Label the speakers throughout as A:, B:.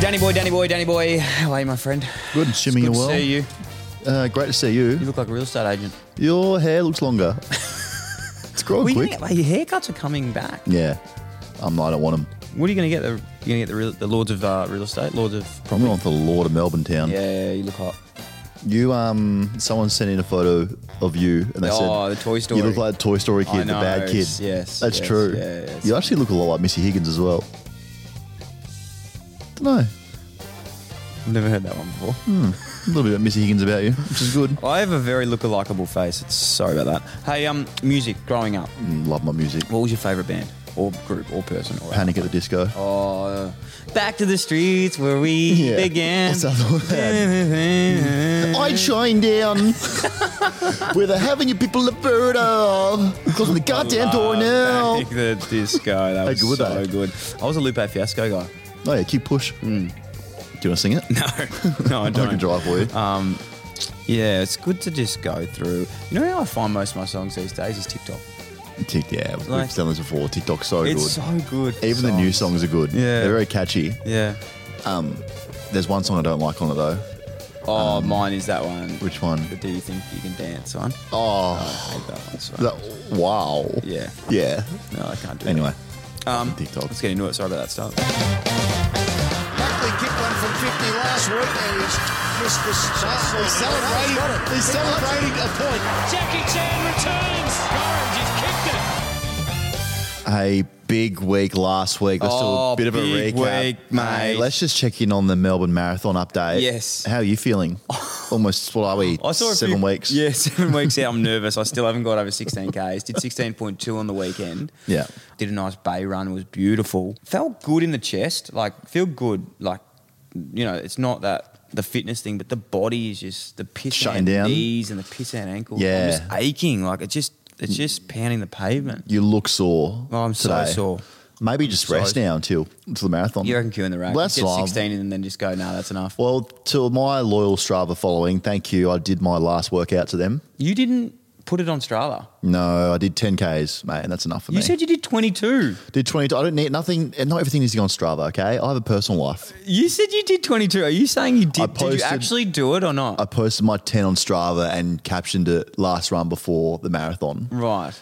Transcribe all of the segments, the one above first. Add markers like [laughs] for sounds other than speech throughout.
A: Danny boy, Danny boy, Danny boy. How are you, my friend?
B: Good, assuming
A: Good
B: you're
A: to
B: well.
A: see you.
B: Uh, great to see you.
A: You look like a real estate agent.
B: Your hair looks
A: [laughs]
B: longer. it's growing
A: Well, you
B: quick.
A: gonna get, your haircuts are coming back.
B: Yeah, I'm, I don't want them.
A: What are you going to get? The, you're going to get the, real, the Lords of uh, Real Estate? Lords of.
B: Probably on for the Lord of Melbourne Town.
A: Yeah, you look hot.
B: You um, someone sent in a photo of you, and they
A: Oh,
B: said
A: the Toy Story.
B: you look like a Toy Story
A: I
B: kid, the
A: know,
B: bad kid.
A: it's- yes,
B: that's
A: yes,
B: true.
A: yeah, yes.
B: you actually look a lot like Missy Higgins as well. Don't know.
A: I've never heard that one before.
B: Hmm. A little bit of Missy Higgins about you, which is good.
A: I have a very lookalikable face. It's sorry about that. Hey, um, music growing up.
B: Mm, Love my music.
A: What was your favourite band or group or person? Or
B: Panic at the Disco.
A: Oh, back to the streets where we
B: Yeah.
A: began. [laughs]
B: What's that all I shine down with a having you people afraid of. Closing the goddamn door now.
A: Back to [laughs] the disco. That was
B: good,
A: so
B: eh?
A: good. I was a Lupe Fiasco guy. [laughs]
B: Oh yeah, keep push. Do you want to sing it?
A: Mm.
B: [laughs]
A: No, no, I
B: I
A: don't.
B: can drive for you.
A: Um, yeah, it's good to just go through. You know how I find most of my songs these days is TikTok.
B: Tick, yeah, we've
A: like-
B: done this before. TikTok's so good.
A: It's so good. for
B: Even the new songs are good.
A: Yeah.
B: They're very catchy.
A: Yeah.
B: There's one song I don't like on it though.
A: Oh, mine is that one.
B: Um, Which one?
A: The Do you think you can dance on? I
B: Oh,
A: hate that one. Sorry.
B: that, wow.
A: yeah.
B: Yeah.
A: No, I can't do
B: Anyway,
A: that. Um,
B: TikTok.
A: Let's get into it. Sorry about that start.
C: Buckley kicked one from 50 last week and he's missed the start. He's celebrating, he's celebrating a point.
D: Jackie Chan returns. Orange has kicked it.
B: Hey, big week last week. Let's do
A: Oh,
B: a bit of a
A: big
B: recap.
A: week,
B: Hey,
A: mate.
B: let's just check in on the Melbourne Marathon update.
A: Yes.
B: How are you
A: [laughs]
B: feeling? Almost, what are we?
A: I saw a
B: seven
A: few-
B: weeks.
A: Yeah, [laughs] seven weeks out. I'm nervous. I still haven't got over 16 k's. Did 16.2 on the weekend.
B: Yeah.
A: Did a nice bay run. It was beautiful. Felt good in the chest. Like feel good. Like you know, it's not that the fitness thing, but the body is just the piss
B: Shutting
A: out
B: down.
A: knees and the piss out ankles.
B: Yeah.
A: I'm just aching. Like it's just it's just pounding the pavement.
B: You look sore.
A: Oh, I'm so
B: today.
A: sore.
B: Maybe just
A: So
B: rest
A: sore.
B: now until, until the marathon.
A: You reckon queue in the rack?
B: Well, that's
A: get
B: fine.
A: 16 and then just go. No, that's enough.
B: Well, to my loyal Strava following, thank you. I did my last workout to them.
A: You didn't put it on Strava.
B: No, I did 10Ks, mate, and that's enough for
A: You
B: me.
A: said you did 22.
B: did 20. I don't need nothing, and not everything needs to go on Strava, okay? I have a personal life.
A: You said you did 22. Are you saying you did? did
B: posted-
A: you actually do it or not?
B: I posted my 10 on Strava and captioned it last run before the marathon.
A: right.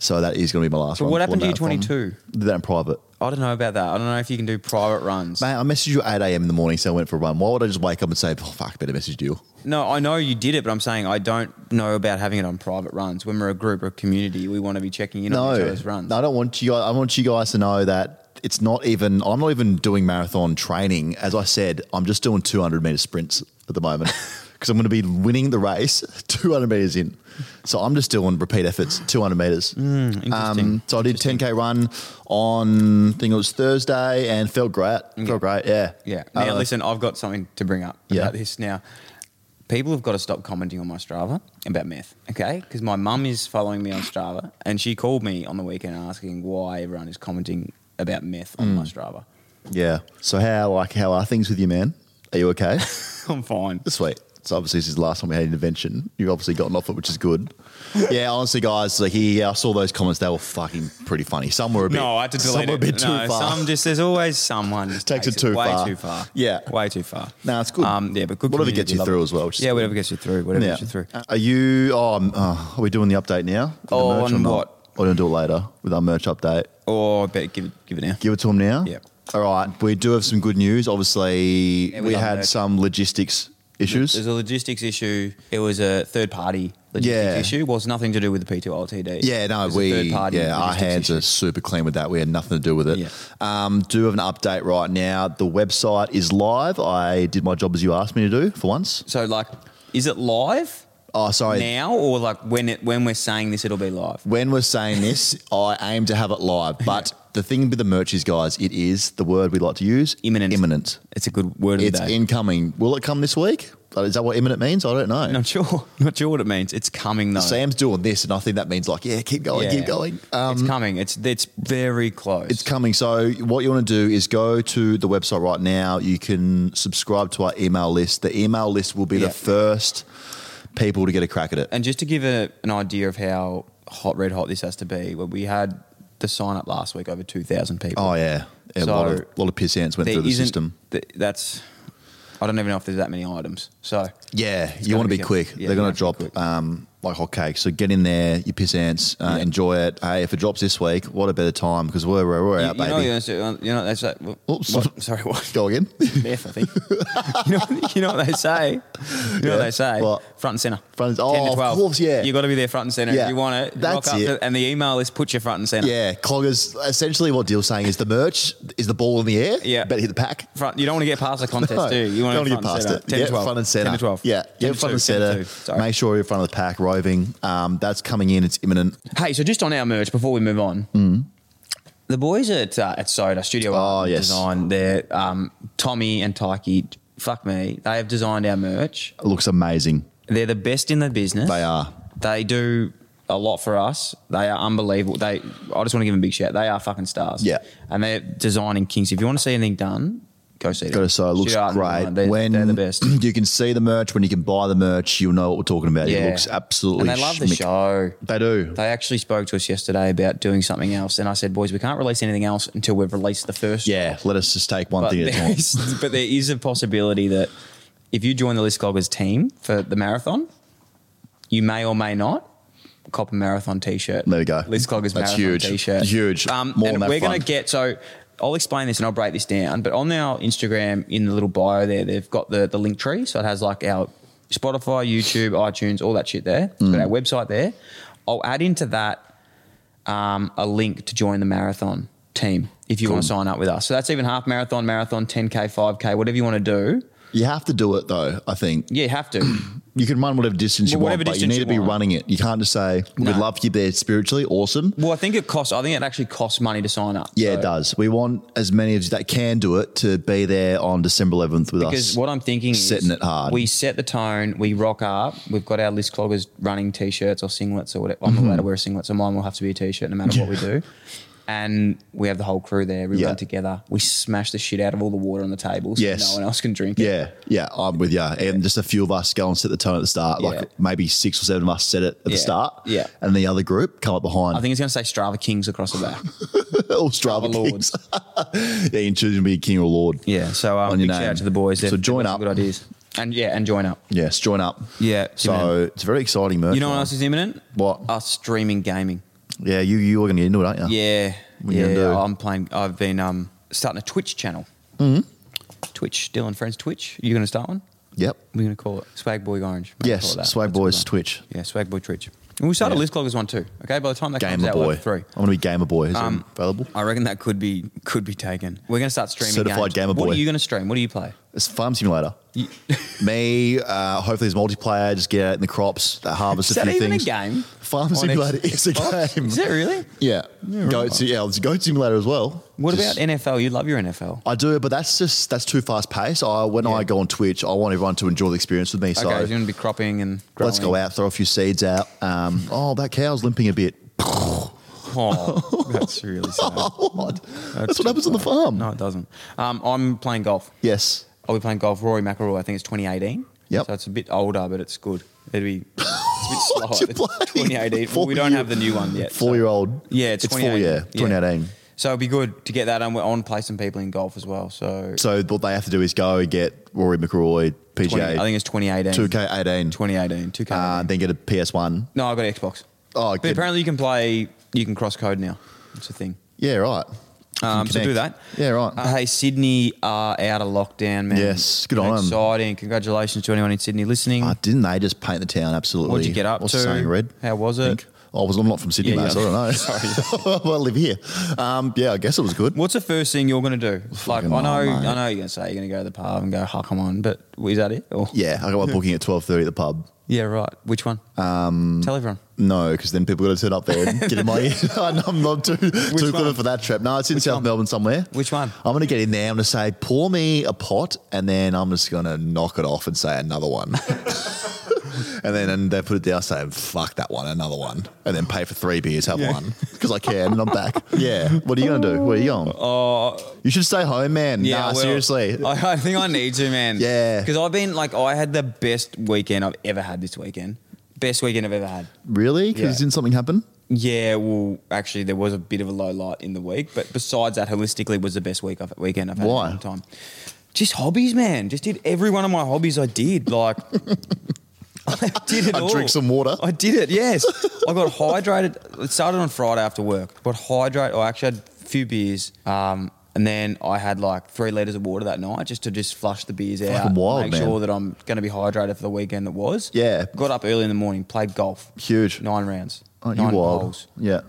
B: So that is going to be my last
A: But
B: run.
A: what
B: before
A: happened
B: the
A: to your
B: marathon.
A: 22?
B: Did that in private.
A: I don't know about that. I don't know if you can do private runs.
B: Mate, I messaged you at 8 a.m. in the morning, so I went for a run. Why would I just wake up and say, oh, fuck, better message you?
A: No, I know you did it, but I'm saying I don't know about having it on private runs. When we're a group or community, we want to be checking in on each
B: No,
A: other's runs.
B: no, I don't want you. I want you guys to know that it's not even. I'm not even doing marathon training. As I said, I'm just doing 200 meter sprints at
A: [laughs]
B: the moment because I'm going to be winning the race [laughs] 200 meters in. So I'm just doing repeat efforts, 200 meters.
A: Hmm. interesting.
B: Um, so I did 10k run on. I think it was Thursday and felt great. Felt great. Yeah.
A: Yeah. Now,
B: Uh,
A: listen, I've got something to bring up
B: Yeah.
A: about this. Now, people have got to stop commenting on my Strava about meth, okay? Because my mum is following me on Strava, and she called me on the weekend asking why everyone is commenting about meth on my
B: Hmm.
A: Strava. [laughs]
B: Yeah. So how like how are things with you, man? Are
A: [laughs]
B: you okay?
A: I'm fine.
B: Sweet. So obviously this is the last time we had an intervention. You've obviously gotten off it, which is
A: [laughs]
B: good. Yeah, honestly, guys, like he, I saw those comments. They were fucking pretty funny. Some were a bit,
A: No, I had to delete
B: some were a
A: it.
B: bit too
A: no,
B: far.
A: Some just there's always someone just
B: Takes it too
A: way
B: far.
A: too far.
B: Yeah.
A: way too far.
B: No, it's good.
A: Um, yeah, but good.
B: Whatever
A: community,
B: gets you
A: love
B: through
A: it.
B: as well, which is
A: yeah,
B: good.
A: whatever gets you through. Whatever gets you through.
B: Uh, Are you? Oh, um, oh, are we doing the update now? With the
A: Oh,
B: merch or
A: on
B: not?
A: what?
B: Or don't do it later with our merch update.
A: Or I better give it, give it now.
B: Give it to him now.
A: Yeah.
B: All right. We do have some good news. Obviously,
A: Yeah, we
B: we
A: love
B: had
A: merch.
B: some logistics issues.
A: There's a logistics issue. It was a third party logistics
B: Yeah.
A: issue. Was nothing to do with the P2 LTD.
B: Yeah,
A: It
B: no,
A: was a
B: we
A: third-party
B: yeah, our
A: logistics
B: hands
A: issue.
B: are super clean with that. We had nothing to do with it.
A: Yeah.
B: Um, do have an update right now. The website is live. I did my job as you asked me to do for once.
A: So like, is it live
B: Oh, sorry.
A: now or like when it when we're saying this, it'll be live?
B: When we're
A: [laughs]
B: saying this, I aim to have it live. But the thing with the merch is, guys, it is the word we like to use.
A: Imminent.
B: Imminent.
A: It's a good word of
B: It's
A: the day.
B: incoming. Will it come this week? Is that what imminent means? I don't know.
A: Not sure. [laughs] Not sure what it means. It's coming though.
B: Sam's doing this, and I think that means like, yeah, keep going,
A: Yeah.
B: Oh, keep going. Um,
A: it's coming. It's it's very close.
B: It's coming. So what you want to do is go to the website right now. You can subscribe to our email list. The email list will be
A: Yeah.
B: the first people to get a crack at it.
A: And just to give a, an idea of how hot, red hot this has to be, well, we had the sign up last week over 2,000 people.
B: oh yeah, a lot of, lot of piss ants went
A: there
B: through the
A: isn't-
B: system.
A: th- that's. I don't even know if there's that many items. So
B: Yeah,
A: it's
B: you
A: gotta
B: want to
A: be
B: be
A: kept-
B: quick.
A: yeah,
B: They're
A: you
B: going
A: have
B: to
A: to be
B: drop
A: quick.
B: um, like hotcakes. So get in there, you piss ants, uh,
A: Yeah.
B: enjoy it. Hey, if it drops this week, what a better time because we're, we're, we're
A: you,
B: out,
A: you know,
B: baby.
A: you're, you know that's like. Well,
B: Oops.
A: what? sorry, what? [laughs]
B: Go again.
A: Death, I think. you, know, [laughs] you know what they say. You know what
B: Yeah.
A: they say.
B: What?
A: Front and center.
B: Front and-
A: 10
B: oh,
A: to
B: of
A: 12.
B: course, yeah.
A: You got to be there front and center
B: Yeah,
A: if you want it.
B: that's
A: rock up
B: it.
A: to- and the email is put you front and center.
B: yeah, cloggers. Essentially, what Deal's saying is the merch is the ball in the air.
A: Yeah.
B: better hit the pack.
A: Front, you don't want to get past
B: [laughs]
A: the contest,
B: No,
A: do you? You want
B: don't
A: to
B: get past it.
A: Ten
B: yeah,
A: to twelve.
B: front and center.
A: Ten to twelve.
B: Yeah,
A: Ten
B: yeah,
A: to
B: front
A: two,
B: and
A: ten to
B: center.
A: two. Sorry.
B: Make sure you're in front of the pack, roving. Um, that's coming in. It's imminent.
A: Hey, so just on our merch before we move on, the boys at uh, at Soda Studio Art
B: Mm. Oh, yes.
A: Design, they're um, Tommy and Tyke. Fuck me, they have designed our merch.
B: It looks amazing.
A: They're the best in the business.
B: They are.
A: They do a lot for us. They are unbelievable. They, I just want to give them a big shout. They are fucking stars.
B: Yeah.
A: and they're designing kings. If you want to see anything done, go see them.
B: Got to say, it looks
A: Studio Art
B: great.
A: Design, They're,
B: when
A: they're the best.
B: [clears throat] you can see the merch, when you can buy the merch, you'll know what we're talking about. It looks absolutely.
A: And they love the
B: schmick.
A: show.
B: They do.
A: They actually spoke to us yesterday about doing something else, and I said, "Boys, we can't release anything else until we've released the first.
B: yeah, let us just take one
A: but
B: thing at a
A: there [laughs]
B: time.
A: is, but there is a possibility that if you join the List Cloggers team for the marathon, you may or may not cop a marathon t-shirt.
B: There you go.
A: List Cloggers
B: That's
A: marathon
B: huge.
A: t-shirt.
B: Huge.
A: Um,
B: More
A: and
B: on that
A: we're going
B: front.
A: to get so. I'll explain this and I'll break this down. But on our Instagram, in the little bio there, they've got the the link tree, so it has like our Spotify, YouTube, iTunes, all that shit there. It's got
B: Mm.
A: our website there. I'll add into that um, a link to join the marathon team if you want to sign up with us. So that's even half marathon, marathon, 10K, 5K, whatever you want to do.
B: You have to do it though. I think
A: Yeah, you have to.
B: [clears throat] you can run whatever distance you
A: Whatever
B: want, but you
A: distance
B: need
A: you
B: to be
A: want.
B: running it. You can't just say
A: No.
B: we'd love you there spiritually. Awesome.
A: well, I think it costs, I think it actually costs money to sign up.
B: Yeah,
A: So-
B: it does. We want as many as that can do it to be there on December 11th with us.
A: Because what I'm thinking is
B: setting it hard.
A: We set the tone, we rock up, we've got our list cloggers running t shirts or singlets or whatever. I'm
B: Mm-hmm.
A: not allowed to wear a singlet, so mine will have to be a t shirt no matter what we do. And we have the whole crew there. We
B: Yeah.
A: run together. We smash the shit out of all the water on the table so
B: Yes.
A: no one else can drink it.
B: yeah, yeah, I'm with you. And just a few of us go and set the tone at the start. Like
A: Yeah.
B: maybe six or seven of us set it at the
A: Yeah.
B: start.
A: Yeah.
B: And the other group come up behind.
A: I think it's going to say Strava Kings across the back.
B: [laughs] all Strava
A: Strava
B: kings. [laughs] yeah, you can choose to be king or lord.
A: Yeah, so um,
B: On your
A: big shout
B: name.
A: out to the boys.
B: So
A: They've- they've
B: join
A: got
B: up.
A: some Good ideas. And yeah, and join up.
B: Yes, join up.
A: Yeah,
B: So
A: Jimmy.
B: it's very exciting merch.
A: You know what
B: man.
A: else is imminent?
B: What?
A: Us streaming gaming.
B: Yeah, you you are going to get into it, aren't you?
A: Yeah,
B: What you
A: yeah.
B: gonna do?
A: I'm playing. I've been um starting a Twitch channel. Mm-hmm. Twitch, Dylan Friends Twitch. You going to start one?
B: Yep.
A: We're going to call it Swag Boy Orange. We're gonna
B: Yes,
A: call it that.
B: Swag
A: That's what we're
B: Boys
A: doing.
B: Twitch.
A: Yeah, Swag Boy Twitch. And we'll start a
B: Yeah.
A: List Cloggers one too. Okay, by the time that comes
B: Gamer
A: out,
B: boy.
A: we'll have three.
B: I'm going to be gamer boy. Is
A: Um,
B: it available?
A: I reckon that could be could be taken. We're going to start streaming.
B: Certified
A: games.
B: Gamer
A: What
B: Boy.
A: are you going to stream? What do you play?
B: It's Farm Simulator. [laughs]
A: You-
B: Me, uh, hopefully it's multiplayer. Just get out in the crops, uh, harvest
A: Is
B: a
A: that
B: few
A: even a
B: things.
A: game?
B: Farm
A: On
B: Simulator
A: X-
B: is a
A: Xbox? [laughs]
B: game.
A: Is it really?
B: [laughs] Yeah. Goat, yeah, it's Goat Simulator as well.
A: What
B: Just- Oh,
A: about NFL? You love your NFL.
B: I do, but that's just that's too fast paced. I when I go on Twitch, I want everyone to enjoy the experience with me. So
A: okay, you're going to be cropping and growing.
B: let's go out, throw a few seeds out. Um, oh, that cow's limping a bit. [laughs]
A: Oh, that's really sad.
B: What? That's,
A: too
B: what happens on the farm.
A: No, it doesn't. Um, I'm playing golf.
B: Yes.
A: I'll be playing golf. Rory McIlroy. I think it's 2018.
B: Yep.
A: So it's a bit older, but it's good. It'd be
B: [laughs]
A: it's a bit slower.
B: What you
A: [laughs]
B: playing?
A: 2018. Well, we don't
B: Four-year-
A: have the new one yet. so-
B: Four year old.
A: Yeah, it's,
B: it's
A: 2018.
B: four year.
A: Yeah.
B: 2018.
A: So it'd be good to get that. And we're on play some people in golf as well. So,
B: So what they have to do is go get Rory McIlroy
A: 20 I think
B: PGA
A: it's 2018.
B: 2K18,
A: 2018. 2K.
B: uh, then get a PS1.
A: no, I got Xbox.
B: Oh,
A: but
B: good.
A: apparently you can play. You can cross code now. It's a thing.
B: Yeah, right. You
A: Um,
B: can
A: so do that.
B: connect. Yeah, right.
A: Uh, hey, Sydney are out of lockdown, man.
B: Yes, good on 'em.
A: Exciting. Congratulations to anyone in Sydney listening.
B: Ah, didn't they just paint the town absolutely?
A: What'd you get up
B: what's
A: to?
B: the saying, red?
A: How was
B: I
A: it?
B: think. I was, I'm not from Sydney,
A: Yeah,
B: mate,
A: yeah.
B: so I don't [laughs] know.
A: Sorry.
B: well, I live here. Um, yeah, I guess it was good.
A: What's the first thing you're going to do? Like, I
B: Fucking
A: know,
B: hell,
A: I
B: mate.
A: know you're going to say you're going to go to the pub and go, "Oh, come on," but is that it? Or,
B: Yeah, I got my booking at 12.30 at the pub.
A: yeah, right. Which one? Um, Tell everyone.
B: No, because then people are going to turn up there and get in my ear. [laughs] I'm not too, too clever
A: one?
B: for that trip. No, it's in South Melbourne somewhere.
A: Which one?
B: I'm going to get in there. I'm going to say, pour me a pot, and then I'm just going to knock it off and say another one. [laughs] and then and they put it down, say, fuck that one, another one. And then pay for three beers, have one. Because I can, and I'm back.
A: [laughs]
B: Yeah. What are you going to do? Where are you going? Oh, you should stay home, man.
A: Uh, Yeah,
B: nah,
A: well,
B: seriously.
A: [laughs] I, I think I need to, man.
B: Yeah.
A: because I've been like, I had the best weekend I've ever had this weekend. Best weekend I've ever had.
B: really? Because
A: Yeah.
B: didn't something happen?
A: Yeah, well, actually, there was a bit of a low light in the week, but besides that, holistically was the best week I've, weekend I've had
B: Why?
A: in a long time. Just hobbies, man. Just did every one of my hobbies I did. Like, [laughs] I did it
B: I
A: all.
B: drink some water.
A: I did it. Yes, I got hydrated. It started on Friday after work. Got hydrated. I actually had a few beers, um, and then I had like three liters of water that night just to just flush the beers out.
B: wild,
A: make
B: man.
A: sure that I'm going to be hydrated for the weekend that was.
B: Yeah.
A: Got up early in the morning, played golf.
B: Huge.
A: Nine rounds.
B: Aren't Oh, you
A: nine
B: wild?
A: holes.
B: Yeah.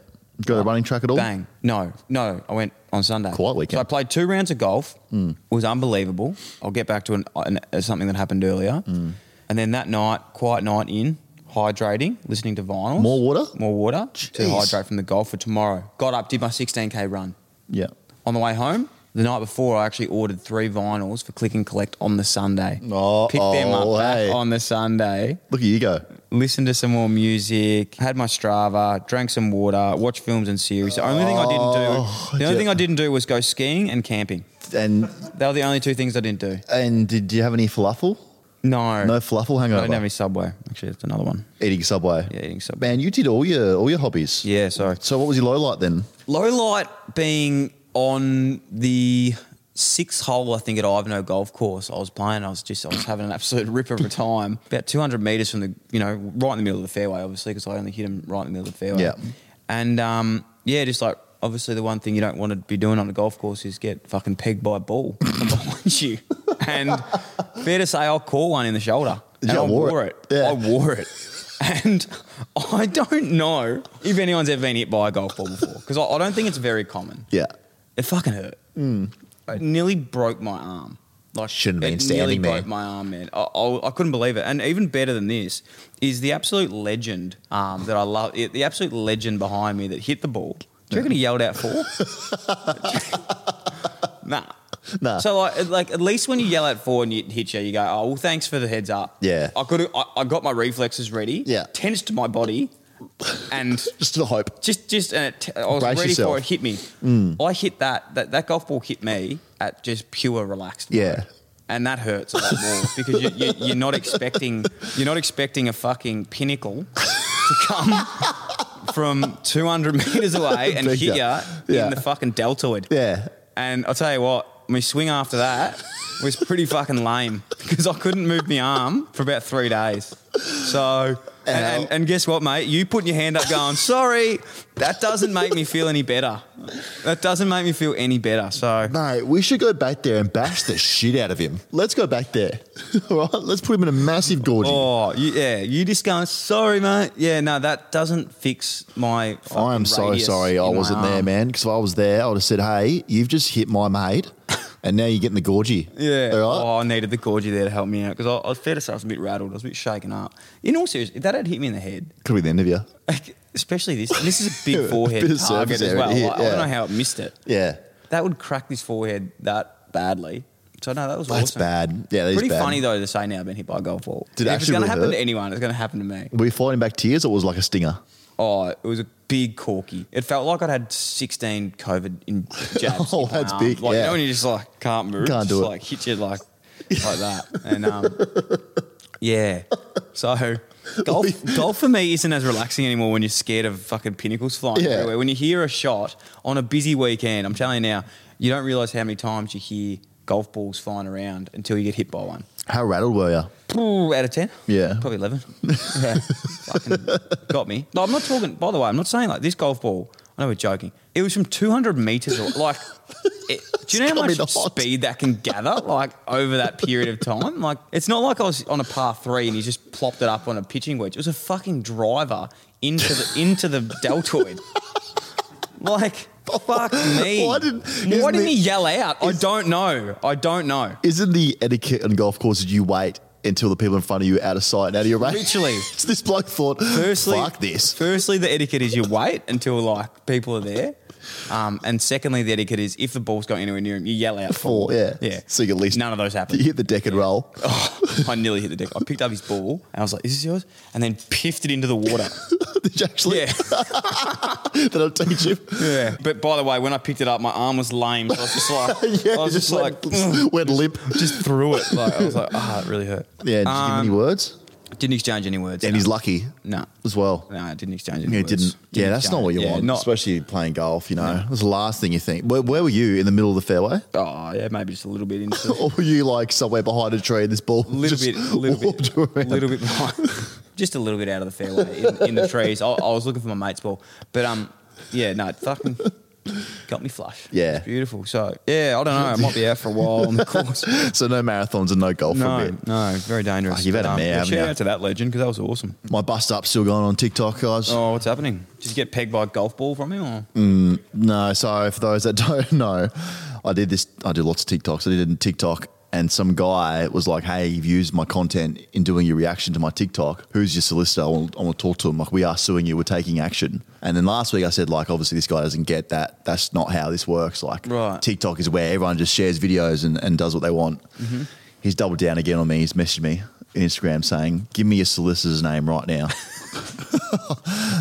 B: Go to the running track at all?
A: Bang. No, no. I went on Sunday.
B: Quiet weekend.
A: So I played two rounds of golf.
B: Hmm.
A: It was unbelievable. I'll get back to an, an, uh, something that happened earlier.
B: Hmm.
A: And then that night, quiet night in, hydrating, listening to vinyls.
B: More water?
A: More water to
B: Jeez.
A: hydrate from the golf for tomorrow. Got up, did my 16K run.
B: Yeah.
A: On the way home, the night before, I actually ordered three vinyls for click and collect on the Sunday.
B: Oh,
A: Picked them up
B: oh,
A: back
B: hey.
A: on the Sunday
B: Look at you go.
A: listened to some more music, had my Strava, drank some water, watched films and series. The only thing I didn't do, the only
B: yeah.
A: thing I didn't do was go skiing and camping.
B: And
A: They were the only two things I didn't do.
B: and did you have any falafel?
A: No,
B: No falafel
A: I
B: hangover.
A: didn't have any Subway. Actually, that's another one.
B: Eating Subway.
A: Yeah, eating Subway.
B: Man, you did all your all your hobbies.
A: Yeah, so
B: So what was your low light then?
A: low light being on the sixth hole, I think at Ivanhoe Golf Course, I was playing. I was just I was having an absolute rip of a time. About 200 meters from the you know right in the middle of the fairway, obviously because I only hit him right in the middle of the fairway.
B: Yeah.
A: and um, yeah, just like. Obviously, the one thing you don't want to be doing on a golf course is get fucking pegged by a ball [laughs] from behind you. And fair to say, I caught one in the shoulder. And
B: Yeah,
A: I
B: wore
A: wore,
B: it.
A: it.
B: Yeah.
A: I wore it. And [laughs] I don't know if anyone's ever been hit by a golf ball before because I, I don't think it's very common.
B: Yeah.
A: It fucking hurt. It nearly broke my arm. Like
B: Mm. Shouldn't have been
A: it nearly
B: standing there.
A: broke my arm, man. I, I, I couldn't believe it. And even better than this is the absolute legend um, that I love. The absolute legend behind me that hit the ball. Do you reckon he yelled out
B: [laughs]
A: for? nah.
B: Nah.
A: So like, like at least when you yell at four and you hit you, you go, oh well, thanks for the heads up.
B: Yeah.
A: I could. I, I got my reflexes ready.
B: Yeah.
A: Tensed my body, and
B: Just the hope.
A: just just and it, I was
B: Brace
A: ready
B: yourself. Mm.
A: for it. Hit me. I hit that, that that golf ball hit me at just pure relaxed. mode.
B: Yeah.
A: And that hurts a lot
B: [laughs]
A: more because you, you, you're not expecting you're not expecting a fucking pinnacle to
B: [laughs]
A: come from 200 meters away and
B: Big
A: hit you
B: guy. Yeah.
A: in the fucking deltoid.
B: Yeah.
A: And I'll tell you what, my swing after that was pretty fucking lame because I couldn't move my arm for about three days. So, and, and, and guess what, mate? You putting your hand up going, sorry, that doesn't make me feel any better. That doesn't make me feel any better. So,
B: Mate, we should go back there and bash the shit out of him. Let's go back there. [laughs] All right, let's put him in a massive gorging.
A: oh, you, yeah, you just going, sorry, mate. Yeah, no, that doesn't fix my.
B: I am
A: fucking
B: so
A: radius
B: sorry
A: in my
B: I wasn't there,
A: arm.
B: man. Because if I was there, I would have said, "Hey, you've just hit
A: [laughs]
B: my mate, and now you're getting the gorgy."
A: Yeah.
B: All right?
A: Oh, I needed the Gorgie there to help me out because I, I was fair to say I was a bit rattled. I was a bit shaken up. In all seriousness, if that had hit me in the head,
B: Could be the end of you.
A: Like, especially this. This is a
B: Yeah,
A: big
B: [laughs] a
A: forehead
B: bit of surface
A: target as
B: area
A: well.
B: here,
A: Like, I
B: yeah.
A: don't know how it missed it.
B: Yeah,
A: That would crack this forehead that badly. So no, that was
B: that's
A: awesome.
B: bad. Yeah, that's
A: Pretty
B: bad.
A: funny though to say now I've been hit by a golf ball.
B: Did it
A: if it's
B: actually
A: going to
B: really
A: happen to
B: hurt?
A: anyone, it's going to happen to me.
B: Were you fighting back tears, or was it like a stinger?
A: Oh, it was a big corky. It felt like I'd had 16 COVID in jabs.
B: [laughs] Oh,
A: in my
B: that's
A: arm.
B: big,
A: Like,
B: yeah.
A: you know when you just like can't move,
B: Can't
A: just
B: do it.
A: like hit you like like that, and
B: [laughs]
A: um, yeah. So
B: [laughs]
A: golf, golf for me isn't as relaxing anymore when you're scared of fucking pinnacles flying
B: Yeah.
A: everywhere. When you hear a shot on a busy weekend, I'm telling you now, you don't realize how many times you hear golf balls flying around until you get hit by one.
B: How rattled were you?
A: Ooh, out of 10?
B: Yeah.
A: Probably
B: [laughs]
A: 11. yeah. Fucking got me. No, I'm not talking, by the way, I'm not saying like this golf ball, I know we're joking. It was from 200 meters. Or,
B: [laughs]
A: like, it, do you know how
B: coming
A: much
B: hot.
A: speed that can gather, like, over that period of time? Like, it's not like I was on a par three and he just plopped it up on a pitching wedge. It was a fucking driver into the, into the
B: [laughs]
A: deltoid. Like, fuck me.
B: Why didn't-
A: Why
B: isn't
A: didn't
B: it-
A: he yell out? I don't know. I don't know.
B: Isn't the etiquette on golf courses you wait until the people in front of you are out of sight and out of your range?
A: Literally.
B: [laughs] so this bloke thought,
A: Firstly,
B: "Fuck this."
A: Firstly, the etiquette is you wait until like people are there, um, and secondly, the etiquette is if the ball's going anywhere near him, you yell out
B: Four,
A: for.
B: yeah.
A: yeah.
B: So you at least
A: none of those happened.
B: [laughs] You hit the deck and roll.
A: Oh, [laughs] I nearly hit the deck. I picked up his ball and I was like, "Is this yours?" And then piffed it into the
B: [laughs]
A: water.
B: Did you actually?
A: Yeah.
B: [laughs] That'll teach you.
A: yeah. But by the way, when I picked it up, my arm was lame, so I was just
B: [laughs]
A: like,
B: yeah,
A: I was just, like,
B: [laughs]
A: "Mm."
B: went, went limp.
A: just threw it. Like I was like, ah, it really hurt.
B: Yeah, did you give him any words?
A: Didn't exchange any words.
B: And
A: no.
B: he's lucky
A: No.
B: as well.
A: No, I didn't exchange any
B: Yeah,
A: words.
B: didn't. yeah, that's not
A: exchange-
B: what you
A: yeah,
B: want,
A: Not,
B: especially playing golf. You know, it's the last thing you think. Where, where were you in the middle of the fairway, [laughs]
A: oh, yeah, maybe just a little bit into
B: or were you like somewhere behind a tree? And this ball
A: A
B: [laughs]
A: little
B: just
A: bit, a little bit,
B: walked around?
A: little bit behind, [laughs] just a little bit out of the fairway in, in the trees. I, I was looking for my mate's ball, but um, yeah, no, it fucking got me flush.
B: Yeah.
A: it's beautiful. So yeah, I don't know. I might be out for a while
B: [laughs]
A: on the course.
B: [laughs] So no marathons and no golf for a
A: No,
B: bit.
A: no, very dangerous.
B: Oh, you've had a
A: But,
B: mare,
A: yeah,
B: haven't
A: Shout
B: you?
A: out to that legend because that was
B: [laughs]
A: awesome.
B: My bust up's still going on TikTok, guys.
A: Oh, what's happening? Did you get pegged by a golf ball from him? Or?
B: No, so for those that [laughs] don't know, I did this. I did lots of TikToks. I did it in TikTok, and some guy was like, "Hey, you've used my content in doing your reaction to my TikTok. Who's your solicitor? I want, I want to talk to him. Like, we are suing you. We're taking action." And then last week, I said, "Like, obviously, this guy doesn't get that. That's not how this works. Like,
A: Right.
B: TikTok is where everyone just shares videos and, and does what they want."
A: Mm-hmm.
B: He's doubled down again on me. He's messaged me on Instagram saying, "Give me your solicitor's name right
A: [laughs]
B: now, [laughs]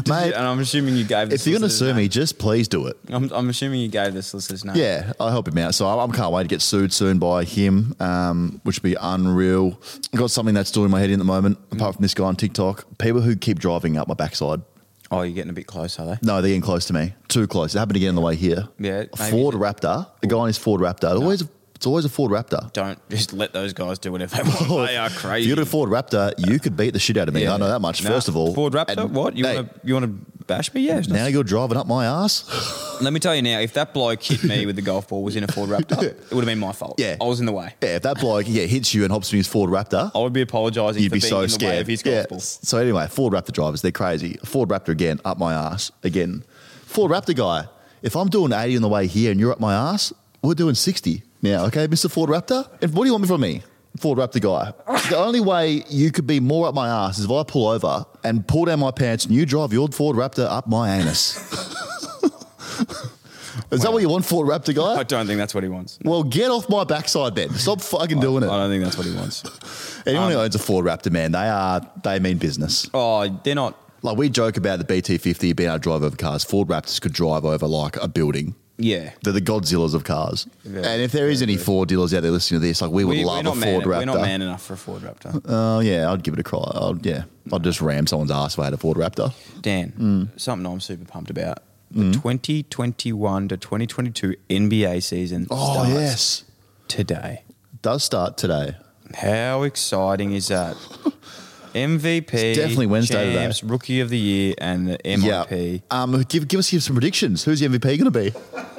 B: mate."
A: and I'm assuming you gave. the
B: If you're going to sue
A: solicitor's
B: me, just please do it.
A: name. I'm, I'm assuming you gave the solicitor's name.
B: Yeah, I'll help him out. So I, I can't wait to get sued soon by him, um, which would be unreal. I've got something that's doing my head in at the moment,
A: Mm.
B: apart from this guy on TikTok. People who keep driving up my backside.
A: Oh, you're getting a bit close, are they?
B: No, they're getting close to me. Too close. It happened again on the way here.
A: Yeah,
B: A
A: maybe-
B: Ford Raptor. A guy in his Ford Raptor. It Always, it's always a Ford Raptor.
A: Don't just let those guys do whatever they
B: [laughs]
A: want. they are
B: If
A: crazy.
B: you had a Ford Raptor, you could beat the shit out of me. I know that much.
A: Nah.
B: First of all,
A: Ford Raptor.
B: And-
A: what you
B: Hey,
A: want to you want to bash me? Yeah. it's not-
B: now you're driving up my ass.
A: let me tell you now. If that bloke hit me with the golf ball was in a Ford
B: [laughs]
A: Raptor, it would have been my fault.
B: Yeah.
A: I was in the way.
B: yeah, if that bloke yeah hits you and hops in his Ford Raptor,
A: I would be apologising.
B: You'd
A: for
B: be
A: being
B: so
A: in the
B: scared.
A: Way of his golf
B: yeah.
A: ball.
B: So anyway, Ford Raptor drivers, they're crazy. Ford Raptor again, up my ass again. Ford Raptor guy, if I'm doing 80 on the way here and you're up my ass, we're doing 60 now, okay, Mr. Ford Raptor? And what do you want me from me? Ford Raptor guy. The only way you could be more up my ass is if I pull over and pull down my pants and you drive your Ford Raptor up my anus. [laughs] is that what you want, Ford Raptor
A: I
B: guy?
A: don't think that's what he wants.
B: Well, get off my backside then. Stop fucking doing
A: I
B: it.
A: don't think that's what he wants.
B: Anyone who owns a Ford Raptor, man, they are they mean business.
A: Oh, they're not.
B: Like we joke about the BT50 being able to drive over cars. Ford Raptors could drive over like a building.
A: Yeah.
B: They're the Godzillas of cars.
A: Yeah.
B: and if there is any Ford dealers out there listening to this, like we would
A: We, are
B: love a
A: not
B: Ford
A: man,
B: Raptor.
A: we're not man enough for a Ford
B: [laughs]
A: Raptor.
B: Oh yeah, I'd give it a cry. I'd, yeah, I'd just ram someone's ass if I had a Ford Raptor.
A: Dan,
B: Mm.
A: something I'm super pumped about. The 2021 to 2022 NBA season
B: Oh,
A: starts today.
B: does start today.
A: How exciting is that? MVP,
B: It's definitely Wednesday today.
A: champs, rookie of the year, and the
B: Yeah.
A: MIP.
B: Um, give give us here some predictions. Who's the MVP going to be?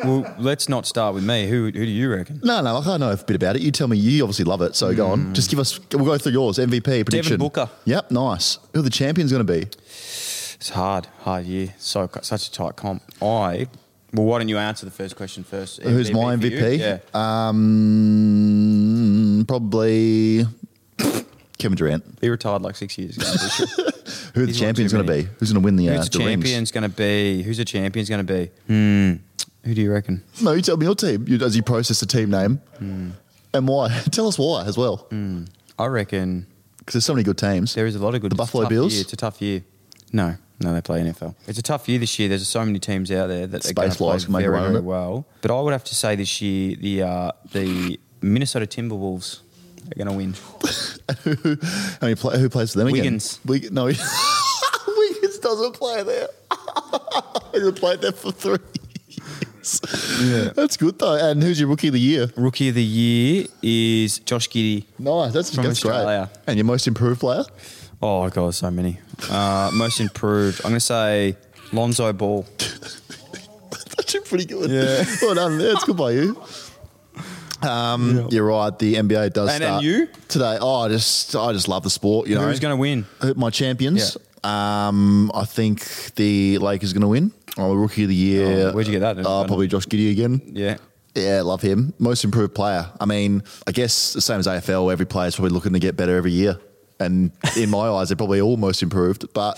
A: Well, let's not start with me. Who who do you reckon?
B: No, no, I can't know a bit about it. You tell me. You obviously love it, so go on. Just give us. We'll go through yours. MVP prediction.
A: Booker.
B: Yep, nice. Who the champion's going to be?
A: It's hard, hard year. So such a tight comp. I. Well, why don't you answer the first question first?
B: Who's my
A: for you?
B: MVP?
A: Yeah.
B: Um, probably Kevin Durant.
A: he retired like six years
B: [laughs]
A: ago.
B: Who are the
A: He's won
B: champions
A: too
B: going to
A: many.
B: be? Who's going to win the, uh,
A: Who's the
B: the rings?
A: champion's going to be? Who's the champion's going to be? Hmm. Who do you reckon?
B: No, you tell me your team. You, as you process the team name
A: Hmm.
B: and why? [laughs] tell us why as well, because
A: I reckon
B: there's so many good teams.
A: Hmm. There is a lot of good.
B: The
A: it's a
B: Buffalo
A: tough
B: Bills?
A: year. It's a tough year. No, no, they play NFL. It's a tough year this year. There's so many teams out there that are going to
B: Space
A: play
B: Lions can make a
A: very,
B: run at
A: very
B: it.
A: well. But I would have to say this year the uh, the Minnesota Timberwolves are going to win.
B: [laughs] How many play, who plays for them
A: Wiggins.
B: again? Wiggins. No, [laughs] Wiggins doesn't play there. [laughs] he hasn't played there for three. years. That's good though. And who's your rookie of the year?
A: Rookie of the year is Josh Giddy.
B: Nice. That's,
A: From
B: that's great.
A: Australia.
B: And your most improved player?
A: Oh god, so many. Uh, most improved. I'm going to say Lonzo Ball.
B: [laughs] That's actually pretty good.
A: Yeah.
B: [laughs] well done. Yeah, it's good by you. Um, You're right. The NBA does
A: And then
B: start
A: you?
B: today. Oh, I just I just love the sport. You know,
A: Who's going to win?
B: to my champions? Um, I think the Lakers going to win. Oh, rookie of the year.
A: Oh, where'd you get that?
B: Oh, probably Josh Giddy again.
A: Yeah.
B: Yeah, love him. Most improved player. I mean, I guess the same as AFL. Every player's probably looking to get better every year. And in my [laughs] eyes, they're probably all most improved. But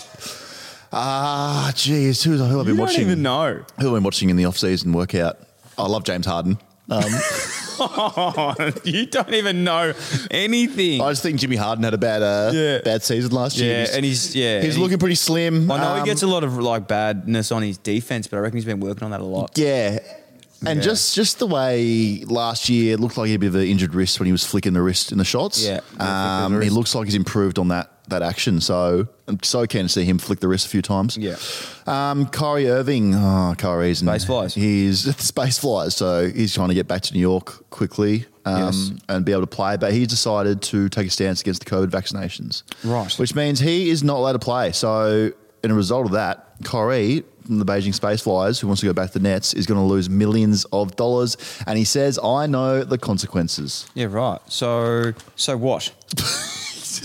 B: ah, geez, who, who I've been
A: You
B: watching?
A: don't even know. [laughs]
B: Who I'm watching in the off-season workout. I love James Harden. Um, [laughs]
A: you don't even know anything.
B: I just think Jimmy Harden had a bad, uh,
A: Yeah.
B: bad season last year.
A: Yeah, and he's- yeah,
B: he's
A: and
B: looking
A: he-
B: pretty slim.
A: I know
B: Um,
A: he gets a lot of like badness on his defense, but I reckon he's been working on that a lot.
B: yeah. And
A: Yeah.
B: just just the way last year it looked like he had a bit of an injured wrist when he was flicking the wrist in the shots.
A: Yeah, yeah, flicking the
B: um, he
A: wrist.
B: looks like he's improved on that that action. So I'm so keen to see him flick the wrist a few times.
A: Yeah.
B: Um, Kyrie Irving, oh, Kyrie's
A: Space flies.
B: He's [laughs] space flies, so he's trying to get back to New York quickly um,
A: Yes.
B: and be able to play. But he's decided to take a stance against the COVID vaccinations,
A: Right.
B: Which means he is not allowed to play. So, in a result of that, Kyrie from the Beijing Space Flies, who wants to go back to the Nets, is going to lose millions of dollars. And he says, "I know the consequences."
A: Yeah, right. So, so
B: [laughs]
A: what?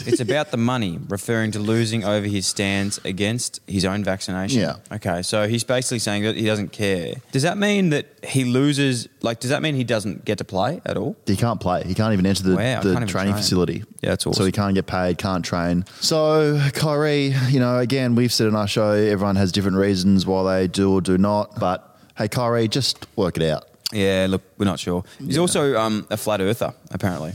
A: it's about the money, referring to losing over his stance against his own vaccination.
B: Yeah.
A: Okay, so he's basically saying that he doesn't care. Does that mean that he loses? Like, does that mean he doesn't get to play at all?
B: He can't play. He can't even enter the,
A: Wow, I
B: the
A: can't even
B: training
A: train.
B: facility.
A: Yeah, that's
B: So
A: awesome.
B: he can't get paid, can't train. So Kyrie, you know, again, we've said in our show, everyone has different reasons why they do or do not. But hey, Kyrie, just work it out.
A: Yeah. Look, we're not sure. He's also um, a flat earther, apparently.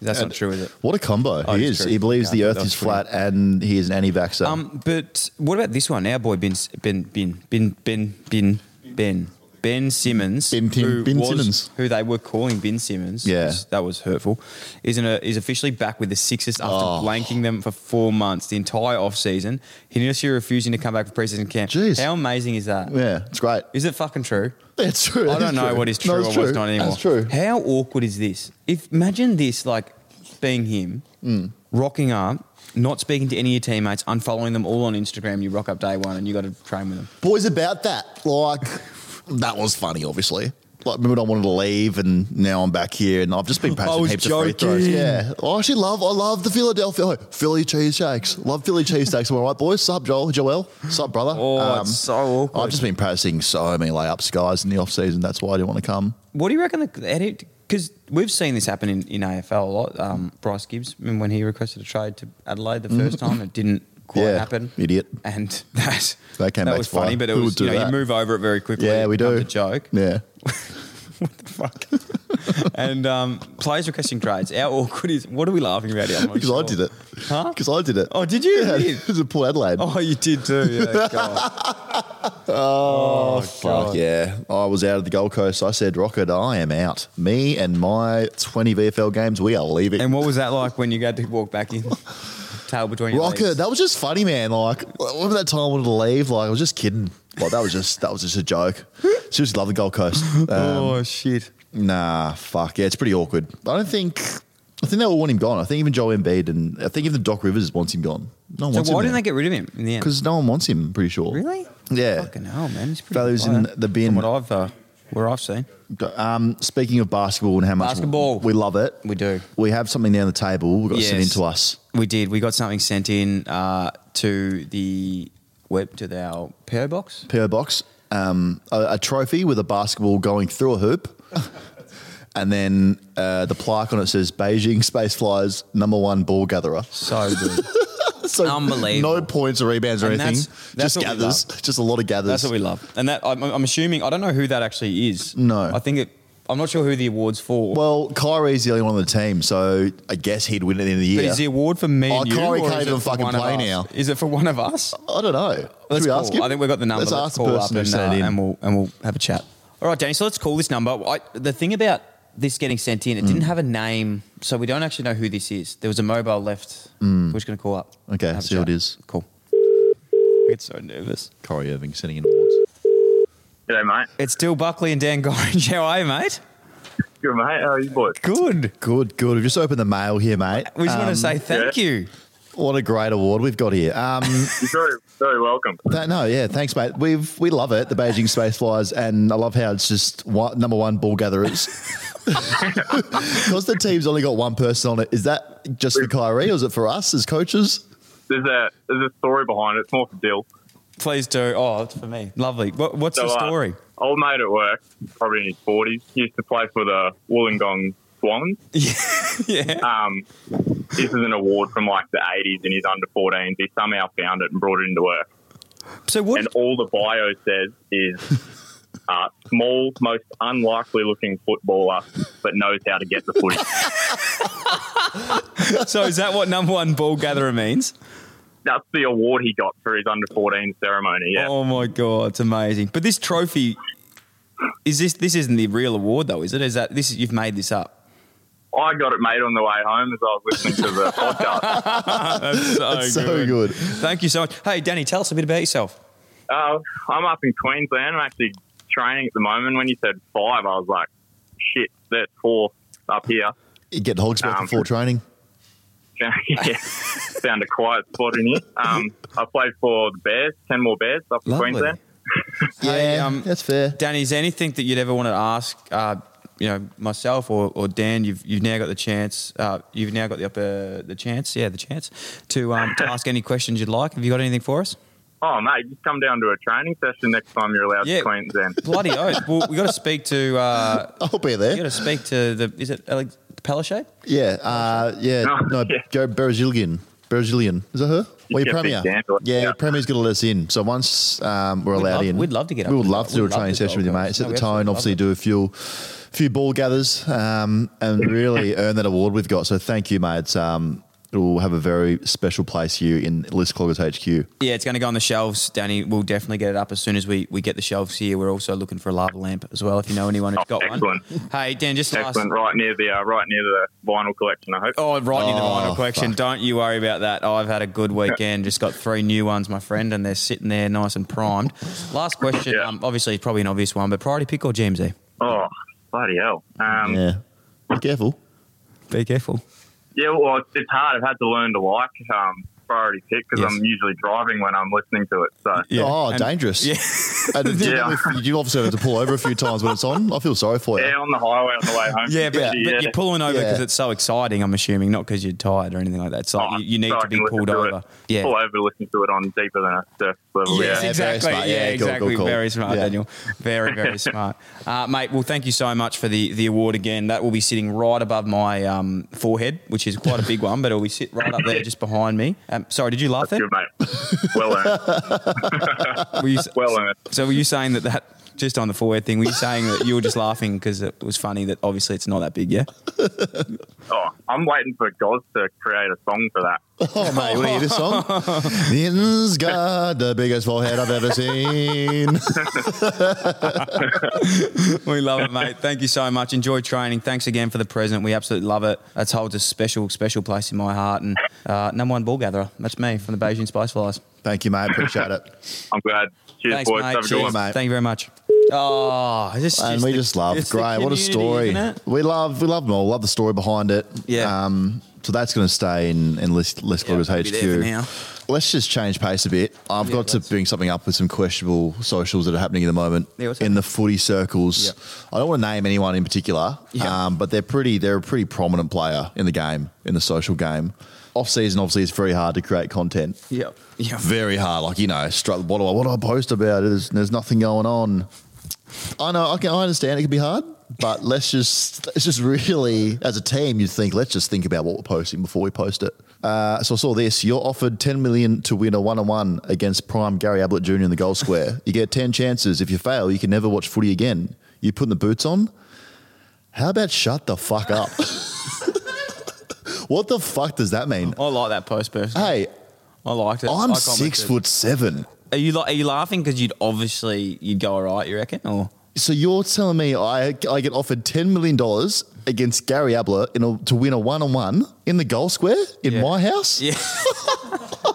A: That's not true, is it?
B: What a combo
A: Oh,
B: he
A: it's
B: is.
A: true.
B: He believes
A: Yeah,
B: the earth
A: that's
B: is
A: pretty-
B: flat and he is an anti-vaxxer.
A: Um, but what about this one? Our boy Ben Ben Ben Ben Ben Ben Ben Ben Simmons,
B: Ben Tim-
A: who
B: Ben
A: was-
B: Simmons.
A: who they were calling Ben Simmons.
B: Yeah.
A: which- that was hurtful. Isn't a, is officially back with the Sixers after
B: Oh.
A: blanking them for four months, the entire off season. Initially refusing to come back for preseason camp.
B: Jeez.
A: how amazing is that? Is
B: yeah, it's great. [laughs]
A: it fucking true?
B: It's true.
A: I
B: It
A: don't know what is true
B: No,
A: or
B: it's
A: what's not anymore.
B: That's true.
A: How awkward is this? If imagine this, like being him,
B: Mm.
A: rocking up, not speaking to any of your teammates, unfollowing them all on Instagram. You rock up day one and you got to train with them.
B: Boys, about that. Like, that was funny, obviously. Like, remember, I wanted to leave, and now I'm back here, and I've just been
A: I
B: passing
A: was
B: heaps of free throws.
A: joking.
B: Yeah, I actually love, I love the Philadelphia oh, Philly cheese shakes. Love Philly cheese steaks. Am I right, boys? Sup, Joel? Joel? Sup, brother? Um,
A: Oh, it's so awkward.
B: I've just been practicing so many layups, guys, in the off season. That's why I didn't want to come.
A: What do you reckon? Because we've seen this happen in, in AFL a lot. Um, Bryce Gibbs, I mean, when he requested a trade to Adelaide the first time, it didn't quite
B: Mm. Yeah,
A: happen.
B: idiot.
A: And [laughs] that
B: That came back
A: was
B: to fire.
A: funny, but it
B: Who
A: was
B: would do
A: you, know, you
B: that?
A: move over it very quickly.
B: Yeah, we
A: It becomes
B: do.
A: A joke.
B: Yeah.
A: [laughs] what the fuck? [laughs] and um, players requesting trades. How awkward is? What are we laughing about
B: [laughs]
A: here? I'm not
B: Because I
A: Oh, sure.
B: did it.
A: Huh?
B: Because I did it.
A: Oh, did you?
B: Yeah,
A: You did?
B: [laughs] it was in Port Adelaide.
A: Oh, you did too.
B: [laughs]
A: Yeah. God. oh,
B: Fuck yeah. I was out of the Gold Coast. I said, Rocket, I am out. Me and my 20 VFL games, we are leaving.
A: And what was that like when you had to walk back in? Tail between your
B: Rocket,
A: legs.
B: that was just funny, man. Like, remember that time I wanted to leave? Like, I was just kidding. Like, that was just that was just a joke. Seriously, love the
A: [laughs]
B: Gold Coast. Um,
A: oh shit.
B: Nah, fuck yeah, it's pretty awkward. I don't think I think they all want him gone. I think even Joel Embiid and I think even Doc Rivers wants him gone. No one
A: So
B: wants
A: why
B: him
A: didn't they
B: there.
A: get rid of him in the end?
B: Because no one wants him. I'm pretty sure.
A: really?
B: Yeah.
A: Fucking hell, man. He's a pretty
B: Values
A: good
B: in
A: player.
B: the bin.
A: From what I've uh, where I've seen.
B: Um, speaking of basketball and how much
A: Basketball.
B: we love it,
A: We do.
B: We have something down the table. We've got to send in
A: Yes.
B: to us.
A: We did. We got something sent in uh, to the web to our PO box.
B: PO box, um, a, a trophy with a basketball going through
A: [laughs]
B: a hoop, and then uh, the plaque on it says Beijing Space Flies number one ball gatherer.
A: So
B: [laughs]
A: good.
B: So
A: Unbelievable.
B: No points or rebounds or
A: And
B: anything.
A: that's- that's
B: just
A: what we
B: gathers. Just a lot of gathers.
A: That's what we love, and that I'm, I'm assuming I don't know who that actually is.
B: No.
A: I think it. I'm not sure who the award's for.
B: well, Kyrie's the only one on the team, so I guess he'd win it in the
A: but
B: year.
A: is the award for me?
B: Oh,
A: and you,
B: Corey
A: or
B: can't
A: is it
B: even
A: for
B: fucking
A: one of
B: play
A: us?
B: now.
A: Is it for one of us?
B: I don't know.
A: Let's
B: Should we
A: call.
B: ask him?
A: I think we've got the number.
B: Let's,
A: Let's,
B: ask
A: call
B: the
A: up
B: person who
A: and,
B: sent
A: uh,
B: it in.
A: and we'll and we'll have a chat. All right, Danny. So let's call this number. I, the thing about this getting sent in, it
B: Mm.
A: didn't have a name, so we don't actually know who this is. There was a mobile left. We're just going to call up.
B: Mm. Okay,
A: and have a
B: see who
A: chat.
B: it is.
A: Cool. I get so nervous.
B: Corey Irving sending in awards.
E: G'day, mate.
A: It's Dill Buckley and Dan Gorringe. [laughs] How are you, mate?
E: Good, mate. How are you, boys?
A: Good.
B: Good, good. We've just opened the mail here, mate.
A: We just want
B: Um,
A: to say thank
E: yeah.
A: you.
B: what a great award we've got here. Um,
E: You're very, very welcome.
B: That, no, yeah, thanks, mate. We've we love it, the Beijing Space Flies, and I love how it's just one, number one ball gatherers. Because the team's only got one person on it, is that just for Kyrie or is it for us as coaches?
E: There's a there's a story behind it. It's more for Dill.
A: Please do. Oh, it's for me. Lovely. What, what's the
E: uh, [laughs]
A: story?
E: old mate at work, probably in his forties, used to play for the Wollongong Swans.
A: yeah.
E: Um, this is an award from like the eighties, and he's under 14s. He somehow found it and brought it into work.
A: So what?
E: And all the bio says is. Uh, small, most unlikely looking footballer, but knows how to get the footy.
A: [laughs] So is that what number one ball gatherer means?
E: That's the award he got for his under 14 ceremony. Yeah.
A: Oh my god, it's amazing. But this trophy is this? This isn't the real award though, is it? Is that this? You've made this up.
E: I got it made on the way home as I was listening
A: [laughs]
E: to the podcast.
A: That's so,
B: so good.
A: Thank you so much. Hey, Danny, tell us a bit about yourself.
E: Uh, I'm up in Queensland. I'm actually training at the moment. When you said five, I was like, shit, that's four up here. [laughs]
B: You get hog spot
E: Um,
B: before training.
E: yeah, found a quiet spot in here. Um, I played for the Bears, 10 more Bears up in
A: Lovely.
E: Queensland.
B: Yeah,
A: Hey, um,
B: that's fair.
A: Danny, is there anything that you'd ever want to ask, uh, you know, myself or, or Dan? You've you've now got the chance. Uh, you've now got the upper the chance. Yeah, the chance to um, to ask any questions you'd like. Have you got anything for us?
E: Oh, mate, just come down to a training session next time you're allowed
A: Yeah.
E: to Queensland.
A: Bloody oath! well, we got to speak to. Uh,
B: I'll be
A: you got
B: there.
A: to speak to the. Is it Alex Palaszczuk?
B: Yeah, uh,
E: [laughs]
B: yeah.
E: No,
B: No,
E: yeah.
B: Joe Berezilian. Berezilian. Is that her? Well, your
E: get
B: premier.
E: big Dan to-
B: Yeah,
E: yeah.
B: premier's going to let us in. So once um, we're
A: We'd
B: allowed
A: love-
B: in,
A: we'd love to get up
B: We would
A: to-
B: love to do a
A: we'd love
B: training
A: to
B: session with you,
A: Gold
B: mate.
A: Coast.
B: Set
A: No,
B: the
A: we absolutely
B: tone.
A: love
B: Obviously,
A: it.
B: do a few, few ball gathers, um, and
E: [laughs]
B: really earn that award we've got. So thank you, mate. It's, um, it will have a very special place here in List Cloggers HQ.
A: Yeah, it's going to go on the shelves, Danny. We'll definitely get it up as soon as we, we get the shelves here. We're also looking for a lava lamp as well. If you know anyone who's
E: Oh,
A: got
E: excellent.
A: one, hey Dan, just last.
E: Excellent. Right near the uh, right near the vinyl collection, I hope.
A: Oh, right near the
B: Oh,
A: final collection.
B: fuck.
A: Don't you worry about that. I've had a good weekend. Just got three new ones, my friend, and they're sitting there nice and primed. Last question.
E: Yeah.
A: Um, obviously, it's probably an obvious one, but priority pick or GMZ?
E: Oh, bloody hell. Um, yeah.
B: yeah, be careful.
A: Be careful.
E: well, it's- it's hard. I've had to learn to like um, priority pick because
A: Yes.
E: I'm usually driving when I'm listening to it. So,
A: Yeah,
B: Oh,
A: and-
B: dangerous.
A: Yeah. [laughs]
B: And you,
E: Yeah.
B: you obviously have to pull over a few times when it's on. I feel sorry for you.
E: yeah, on the highway on the way home.
A: Yeah, but,
E: yeah.
A: but you're pulling over because
B: Yeah.
A: it's so exciting. I'm assuming not because you're tired or anything like that. It's like
E: Oh,
A: you, you need
E: so I
A: to be
E: can listen
A: pulled
E: to it.
A: over. Yeah,
E: Pull over, listen to it on deeper than a surface level.
A: Yes,
B: Yeah, very
A: exactly.
B: smart.
A: Yeah,
B: Yeah, cool, cool,
A: exactly.
B: cool.
A: Very smart,
B: Yeah.
A: Daniel. Very,
E: [laughs]
A: very smart, uh, mate. Well, thank you so much for the the award again. That will be sitting right above my um, forehead, which is quite a big one, but it will sit right up
E: [laughs]
A: there, just behind me. Um, sorry, did you laugh
E: Yeah.
A: then?
E: Good, mate. Well earned.
A: Were you,
E: Well uh, earned.
A: so were you saying that that just on the forehead thing? Were you saying that you were just laughing because it was funny that obviously it's not that big? Yeah.
E: Oh, I'm waiting for Goz to create a song for that.
B: [laughs] Oh, mate, you want to hear this song? Nin's got the biggest forehead I've ever seen.
A: We love it, mate. Thank you so much. Enjoy training. Thanks again for the present. We absolutely love it. That's holds a special, special place in my heart. And uh, number one ball gatherer. That's me from the Beijing Spice Flies.
B: Thank you, mate. Appreciate it.
E: I'm glad. Cheers,
A: Thanks,
E: boys.
A: mate.
E: Have a good
A: Cheers,
E: one.
B: mate.
A: Thank you very much. Oh, it's just,
B: And
A: it's
B: we
A: the-
B: just love
A: it's the
B: Graham. What a
A: community,
B: story.
A: isn't it?
B: We love we love them all. Love the story behind it.
A: Yeah.
B: Um, so that's going to stay in, in Les, Les
A: Yeah,
B: Cloggers
A: I'll be there for now.
B: HQ. Let's just change pace a bit. I've
A: Yeah,
B: got to
A: let's-
B: bring something up with some questionable socials that are happening at the moment
A: Yeah, what's
B: in the footy circles.
A: Yeah.
B: I don't want to name anyone in particular,
A: Yeah.
B: um, but they're pretty. They're a pretty prominent player in the game, in the social game. Off season, obviously, it's very hard to create content.
A: Yep. Yep.
B: very hard. Like you know, str- what do I what do I post about? There's there's nothing going on. I know. I can. I understand. It can be hard, but let's just let's just really as a team, you'd think let's just think about what we're posting before we post it. Uh, so I saw this. You're offered 10 million to win a one-on-one against prime Gary Ablett Jr. in the goal square. you get 10 chances. If you fail, you can never watch footy again. You putting the boots on? How about shut the fuck up? [laughs] what the fuck does that mean?
A: I like that post person.
B: Hey,
A: I liked it. I
B: I'm
A: commented.
B: six foot seven.
A: Are you like? Are you laughing because you'd obviously you'd go all right? You reckon? Or
B: So you're telling me I, I get offered ten million dollars against Gary Ablett in a, to win a one on one in the goal square in
A: Yeah.
B: my house?
A: yeah,
B: [laughs]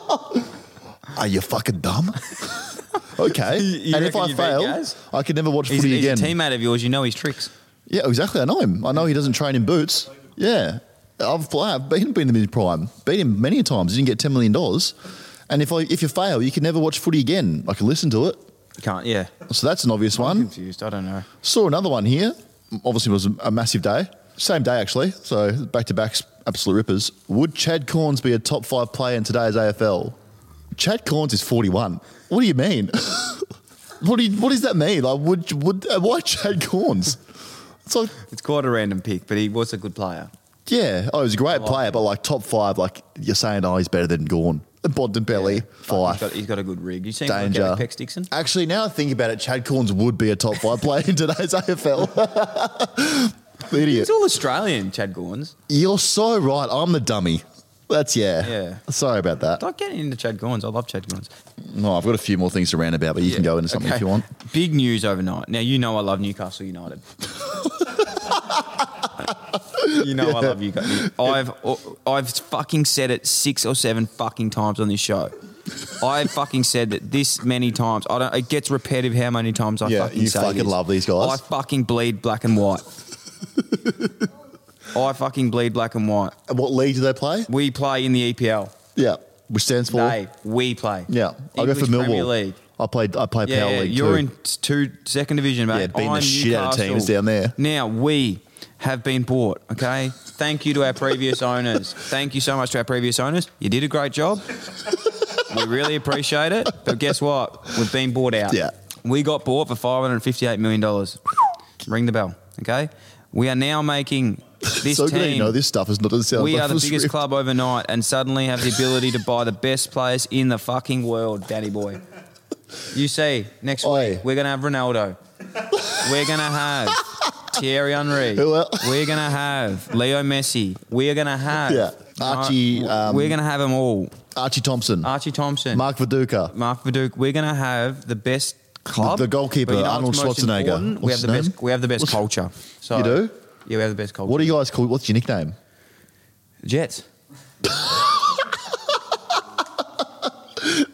B: Are you fucking dumb? [laughs] okay.
A: You- you
B: and if
A: reckon
B: I
A: you beat
B: fail,
A: Gaz?
B: I can never watch
A: he's,
B: footy
A: he's a
B: again.
A: teammate of yours. You know his tricks.
B: Yeah, exactly. I know him. I know he doesn't train in boots. Yeah, I've I've beaten beat him in his prime. Beat him many times. Didn't get ten million dollars. And if I if you fail, you can never watch footy again. I can listen to it.
A: Can't. Yeah.
B: So that's an obvious one.
A: Confused. I don't know.
B: Saw another one here. Obviously, it was a massive day. Same day, actually. So back to backs, absolute rippers. Would Chad Corns be a top five player in today's AFL? Chad Corns is 41. What do you mean? [laughs] what, do you, what does that mean? Like, would, would, uh, why Chad Corns? It's like,
A: It's quite a random pick, but he was a good player.
B: yeah, oh, he's a great
A: like
B: player,
A: him.
B: but like top five, like you're saying, oh, he's better than Gorn. Bontempelli,
A: He's
B: Fife.
A: got, he's got a good rig. You seen him work out
B: Danger.
A: at Pex Dixon?
B: Actually, now I think about it, Chad Corns would be a top five player in today's AFL. Idiot. [laughs]
A: It's all Australian, Chad Gorns.
B: You're so right. I'm the dummy. That's yeah.
A: Yeah.
B: Sorry about that.
A: Stop getting into Chad Gorns. I love Chad Gorns.
B: No, I've got a few more things to rant about, but you can go into something if you want.
A: Big news overnight. Now you know I love Newcastle United. you know I love you guys. I've uh, I've fucking said it six or seven fucking times on this show. I fucking said that this many times. I don't. It gets repetitive how many times I
B: Yeah,
A: fucking
B: you
A: say
B: fucking
A: this.
B: love these guys.
A: I fucking bleed black and
B: [laughs]
A: white. I fucking bleed black and white.
B: And What league do they play?
A: We play in the EPL.
B: Yeah, which stands for
A: They. We play.
B: yeah. I go for
A: English Premier
B: Millwall.
A: League.
B: I played. I play
A: Yeah,
B: Power
A: yeah,
B: League.
A: you're in
B: too.
A: two second division, mate.
B: Yeah, beating the
A: I'm
B: shit out of
A: Newcastle.
B: teams down there.
A: Now we have been bought. Okay, thank you to our previous owners. Thank you so much to our previous owners. You did a great job. we really appreciate it. But guess what? We've been bought out.
B: Yeah.
A: we got bought for five hundred fifty-eight million dollars. Ring the bell. Okay, we are now making this
B: [laughs] so
A: team.
B: good. You know this stuff is not doesn't sound.
A: we
B: like
A: are the
B: a
A: biggest
B: script.
A: club overnight and suddenly have the ability to buy the best players in the fucking world, Danny boy. You see, next
B: Oi.
A: week we're going to have Ronaldo. We're going to have Thierry Henry.
B: Who el-
A: We're going to have Leo Messi. We're going to have.
B: Yeah. Archie, um,
A: we're going to have them all.
B: Archie Thompson,
A: Archie Thompson.
B: Mark Viduka.
A: Mark Viduka. We're going to have the best club.
B: The- the goalkeeper,
A: But you know
B: Arnold
A: what's most
B: Schwarzenegger.
A: important? We
B: What's
A: have, the
B: his
A: best,
B: name?
A: we have the best
B: What's-
A: culture. So,
B: You do?
A: Yeah, we have the best culture.
B: What do you guys call? What's
A: [laughs]
B: your nickname?
A: Jets.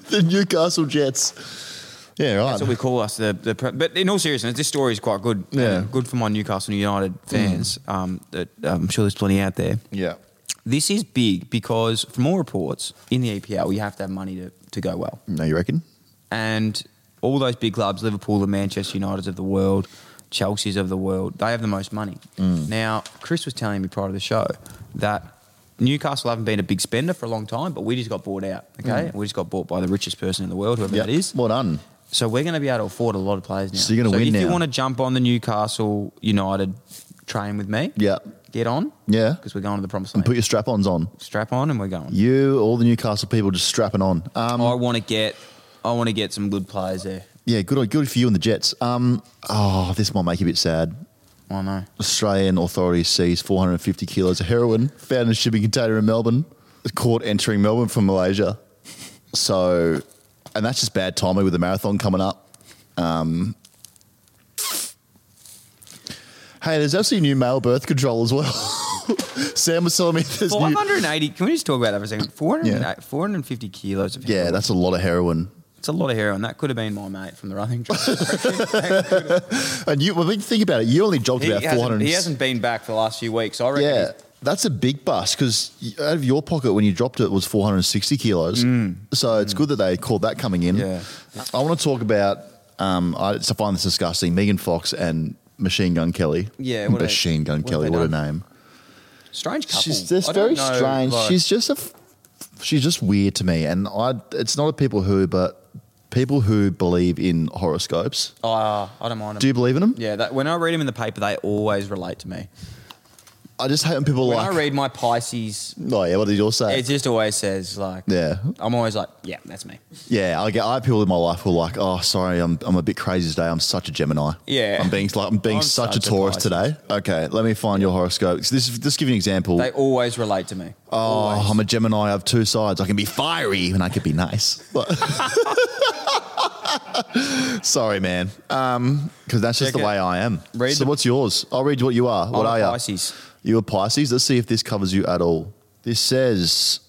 B: The Newcastle Jets. Yeah, right.
A: That's what we call us. The, the pre- but in all seriousness, this story is quite good.
B: Yeah.
A: and good for my Newcastle United fans. Um, that I'm sure there's plenty out there.
B: yeah.
A: This is big because, from all reports, in the E EPL, you have to have money to, to go well,
B: No, you reckon?
A: and all those big clubs, Liverpool, the Manchester Uniteds of the world, Chelsea's of the world, they have the most money. Now, Chris was telling me prior to the show that. Newcastle haven't been a big spender for a long time, but we just got bought out. Okay, we just got bought by the richest person in the world, whoever
B: Yeah.
A: that is.
B: Well done.
A: So we're going to be able to afford a lot of players now.
B: So you're gonna win
A: if you
B: now.
A: want to jump on the Newcastle United train with me,
B: Yeah.
A: get on.
B: Yeah.
A: because we're going to the promised
B: And
A: land.
B: put your strap-ons on.
A: Strap on, and we're going.
B: You, all the Newcastle people, just strapping on. Um,
A: I want to get, I want to get some good players there.
B: yeah, good, good for you and the Jets. Um, oh, this might make you a bit sad.
A: I know.
B: Australian authorities seized 450 kilos of heroin found in a shipping container in Melbourne. Caught entering Melbourne from Malaysia. So, and that's just bad timing with the marathon coming up. Um, hey, there's actually new male birth control as well. [laughs] Sam was telling me there's new.
A: 480. Can we just talk about that for a second? 400,
B: Yeah.
A: 450 kilos of
B: Yeah,
A: heroin.
B: that's a lot of heroin.
A: It's a lot of heroin. That could have been my mate from the
B: [laughs]
A: running track.
B: And you, I mean, think about it. You only jogged
A: he,
B: about
A: hasn't,
B: 400.
A: he hasn't been back for the last few weeks. I reckon.
B: Yeah,
A: he's-
B: that's a big bust because out of your pocket when you dropped it was 460 kilos. So it's good that they caught that coming in.
A: Mm. Yeah.
B: I want to talk about. Um, I, I find this disgusting. Megan Fox and Machine Gun Kelly.
A: Yeah, what are they-
B: Machine Gun
A: what have
B: Kelly.
A: they
B: What a
A: done?
B: name.
A: Strange couple.
B: She's just
A: I don't
B: very
A: know,
B: strange.
A: like-
B: she's just a. f- She's just weird to me, and I. It's not a people who, but people who believe in horoscopes.
A: Ah, I don't mind. 'em.
B: Do you believe in them?
A: Yeah, that, when I read them in the paper, they always relate to me.
B: I just hate when people
A: When
B: like.
A: I read my Pisces,
B: oh yeah, what did yours say?
A: it just always says like,
B: yeah,
A: I'm always like, yeah, that's me.
B: Yeah, I get. I have people in my life who are like, "Oh, sorry, I'm I'm a bit crazy today. I'm such a Gemini.
A: Yeah.
B: I'm being like I'm being
A: I'm
B: such,
A: such
B: a
A: a
B: Taurus today.
A: Pisces.
B: Okay, let me find your horoscope. So this is- just give you an example.
A: They always relate to me.
B: oh, I'm a Gemini. I have two sides. I can be fiery and I can be nice. But- [laughs] sorry, man. Um, because that's just
A: Check
B: the
A: it.
B: way I am.
A: Read
B: so
A: the-
B: what's yours? I'll read what you are. What
A: I'm
B: are
A: a
B: you?
A: Pisces.
B: You a Pisces? Let's see if this covers you at all. This says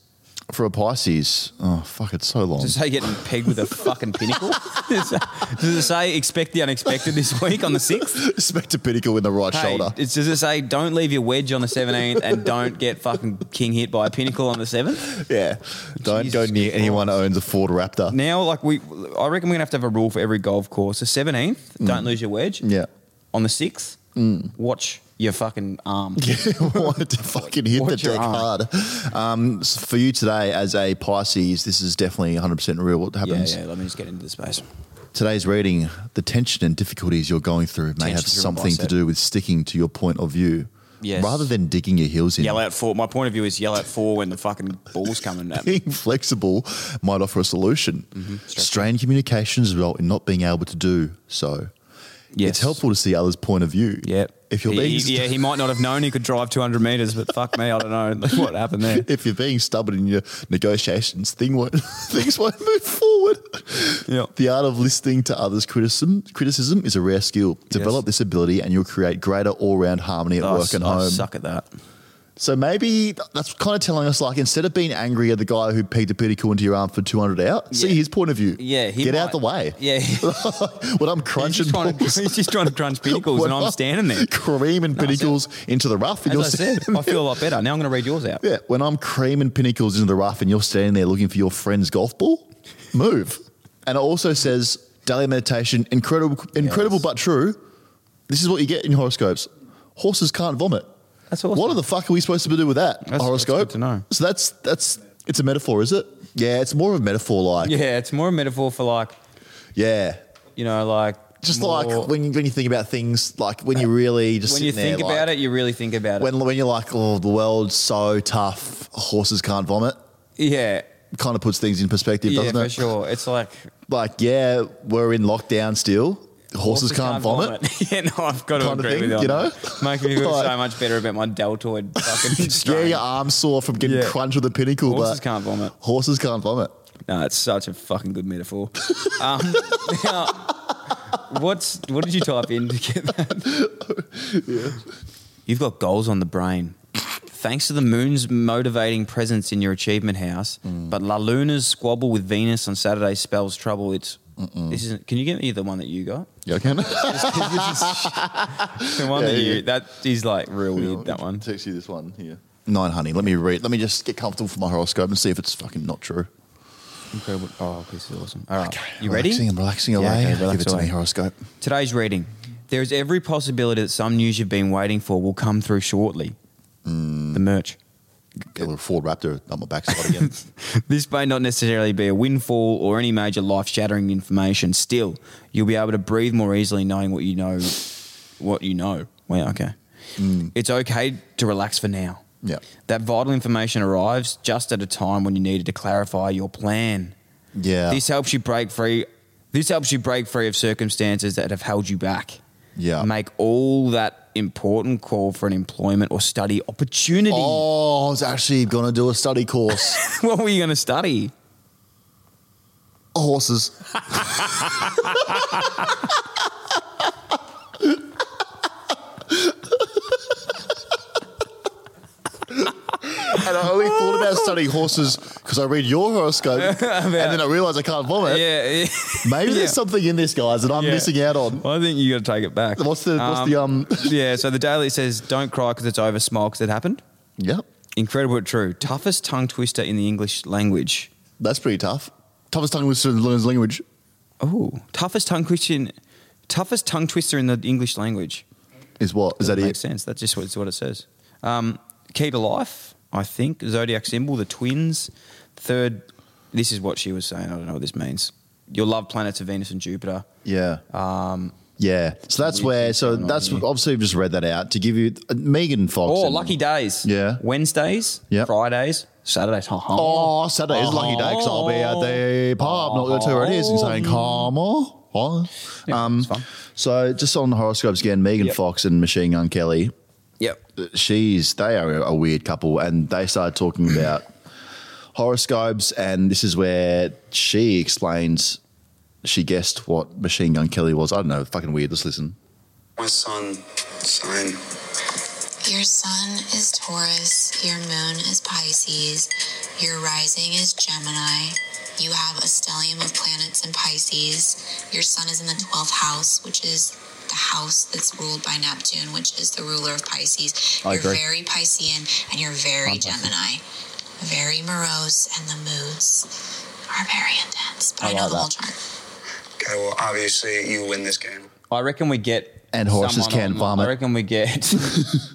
B: for a Pisces. Oh fuck, it's so long. [laughs]
A: Does it say getting pegged with a fucking pinnacle? Does it say- does it say expect the unexpected this week on the sixth?
B: Expect a pinnacle in the right
A: Hey,
B: shoulder.
A: it's- does it say don't leave your wedge on the seventeenth and don't get fucking king hit by a pinnacle on the seventh?
B: Yeah. Don't go
A: Jesus
B: near anyone who owns a Ford Raptor.
A: Now, like we, I reckon we're gonna have to have a rule for every golf course. The seventeenth, don't lose your wedge.
B: Mm.
A: [laughs]
B: Yeah. Mm.
A: On the sixth, watch your fucking arm.
B: [laughs] Wanted to fucking hit the
A: Watch your
B: deck
A: arm.
B: hard. Um, s- for you today, as a Pisces, this is definitely 100% real what
A: Yeah,
B: happens.
A: yeah. Let me just get into the space.
B: Today's reading the tension and difficulties you're going through may
A: Tension
B: have
A: through a
B: something to
A: bicep.
B: do with sticking to your point of view.
A: Yes.
B: Rather than digging your heels in,
A: Yell out four. My point of view is yell out four when the fucking ball's coming at me.
B: [laughs] being flexible might offer a solution.
A: Mm-hmm.
B: Strained communications result in not being able to do so.
A: Yes.
B: It's helpful to see others' point of view.
A: Yep.
B: if you're
A: He-
B: being
A: he- yeah, he might not have known he could drive 200 meters, but fuck me, I don't know [laughs] what happened there.
B: if you're being stubborn in your negotiations, thing won't, [laughs] things won't move forward.
A: Yeah.
B: [laughs] [laughs] The art of listening to others' criticism criticism is a rare skill. Develop this ability, and you'll create greater all round harmony at
A: I
B: work
A: s-
B: and
A: I
B: home.
A: suck at that.
B: So maybe that's kind of telling us, like, instead of being angry at the guy who pegged a pedicle into your arm for 200 out, see
A: Yeah.
B: his point of view.
A: Yeah, he
B: get
A: might-
B: out the way. [laughs]
A: Yeah,
B: when I'm
A: he's
B: crunching
A: just, trying to,
B: [laughs]
A: [laughs]
B: balls-
A: he's just trying to crunch pinnacles,
B: when
A: and I'm standing
B: [laughs]
A: there.
B: Creaming
A: I said-
B: pinnacles into the rough, and
A: As
B: you're
A: I said,
B: standing
A: I feel a lot better. Now I'm going to read yours out.
B: Yeah, when I'm creaming pinnacles into the rough and you're standing there looking for your friend's golf ball, move. And it also says daily meditation, incredible, incredible
A: Yes.
B: but true. This is what you get in horoscopes. Horses can't vomit.
A: That's awesome.
B: What the fuck are we supposed to do with that
A: That's-
B: horoscope?
A: that's good to know.
B: So that's that's it's a metaphor, is it? Yeah, it's more of a metaphor, like yeah,
A: Yeah, it's more a metaphor for like, you know, like
B: just
A: more-
B: like when you, when you think about things, like when you really just
A: when you
B: sitting there,
A: think about
B: like,
A: it, you really think about it.
B: When when you're like, oh, the world's so tough, horses can't vomit.
A: Yeah,
B: Kind of puts things in perspective,
A: yeah,
B: doesn't
A: for
B: it?
A: sure. It's like
B: like, yeah, we're in lockdown still. Horses, can't, vomit.
A: [laughs] yeah, no, I've got to
B: Kind of
A: agree
B: thing,
A: with you.
B: you
A: on
B: know?
A: that. makes me feel
B: [laughs] Like-
A: so much better about my
B: [laughs]
A: deltoid fucking
B: Yeah,
A: strain.
B: your arm's sore from getting
A: Yeah.
B: crunched with a pinnacle,
A: Horses
B: but
A: can't vomit.
B: horses can't vomit.
A: No, it's such a fucking good
B: [laughs]
A: metaphor. Um, now, what's what did you type in to get that?
B: [laughs]
A: You've got goals on the brain. Thanks to the moon's motivating presence in your achievement house,
B: Mm.
A: but La Luna's squabble with Venus on Saturday spells trouble. It's this isn't. Can you get me the one that you got?
B: You okay? [laughs]
A: The one that
B: Yeah, yeah,
A: you
B: yeah.
A: that is like real weird. That one.
B: Text you this one here. Nine, honey. Let me read. Let me just get comfortable for my horoscope and see if it's fucking not true.
A: Incredible. Oh, this is awesome. All right. you ready?
B: relaxing, I'm relaxing away.
A: okay,
B: Give
A: relax
B: it to
A: away.
B: me, horoscope.
A: Today's reading. There is every possibility that some news you've been waiting for will come through shortly. The merch. [laughs]
B: Get a little Ford Raptor on my backside again.
A: This may not necessarily be a windfall or any major life shattering information. Still, you'll be able to breathe more easily knowing what you know. What you know. Well, okay. It's okay to relax for now.
B: Yeah.
A: That vital information arrives just at a time when you needed to clarify your plan.
B: Yeah.
A: This helps you break free. This helps you break free of circumstances that have held you back.
B: Yeah.
A: Make all that important call for an employment or study opportunity.
B: oh, I was actually going to do a study course.
A: [laughs] What were you going to study?
B: horses. [laughs] And I only thought about studying horses because I read your horoscope
A: [laughs]
B: and then I realized I can't vomit.
A: Yeah. [laughs]
B: Maybe
A: Yeah.
B: there's something in this, guys, that I'm
A: Yeah.
B: missing out on.
A: I think you got to take it back.
B: What's the- what's the, um- [laughs]
A: yeah. So the daily says, "Don't cry because it's over. Smile because it happened."
B: Yep.
A: Incredible, but true. Toughest tongue twister in the English language.
B: That's pretty tough. Toughest tongue was to learn language.
A: Oh, toughest tongue twister. In, toughest tongue twister in the English language.
B: Is what? Is that
A: makes
B: it?
A: sense. That's just what, it's what it says. Um, key to life, I think. Zodiac symbol, the twins. Third, this is what she was saying. I don't know what this means. Your love planets are Venus and Jupiter.
B: Yeah.
A: Um,
B: Yeah. So that's
A: weird
B: where,
A: things
B: so
A: going on
B: that's
A: here.
B: obviously you've just read that out to give you uh, Megan Fox.
A: oh,
B: and-
A: lucky days.
B: Yeah.
A: Wednesdays,
B: Yep.
A: Fridays, Saturdays. Oh,
B: [laughs] Oh, Saturday is a lucky day because I'll be at the pub, not going to where it is, and saying, come on. on."
A: Oh. Yeah,
B: Um,
A: it's fine.
B: so just on the horoscopes again, Megan
A: Yep.
B: Fox and Machine Gun Kelly,
A: Yep.
B: she's they are a weird couple, and they
A: [clears throat]
B: started talking about horoscopes, and this is where she explains she guessed what Machine Gun Kelly was. I don't know, fucking weird. Let's listen.
F: My son, sign.
G: Your sun is Taurus, your moon is Pisces, your rising is Gemini. You have a stellium of planets in Pisces. Your sun is in the 12th house, which is the house that's ruled by Neptune, which is the ruler of Pisces.
B: I
G: you're
B: agree.
G: very Piscean and you're very Gemini. Very morose, and the moods are very intense. But I, know
B: like
G: the whole
B: that.
G: chart.
F: Okay, well, obviously you win this game.
A: I reckon we get
B: And horses
A: someone
B: can
A: on-
B: vomit.
A: I reckon we get.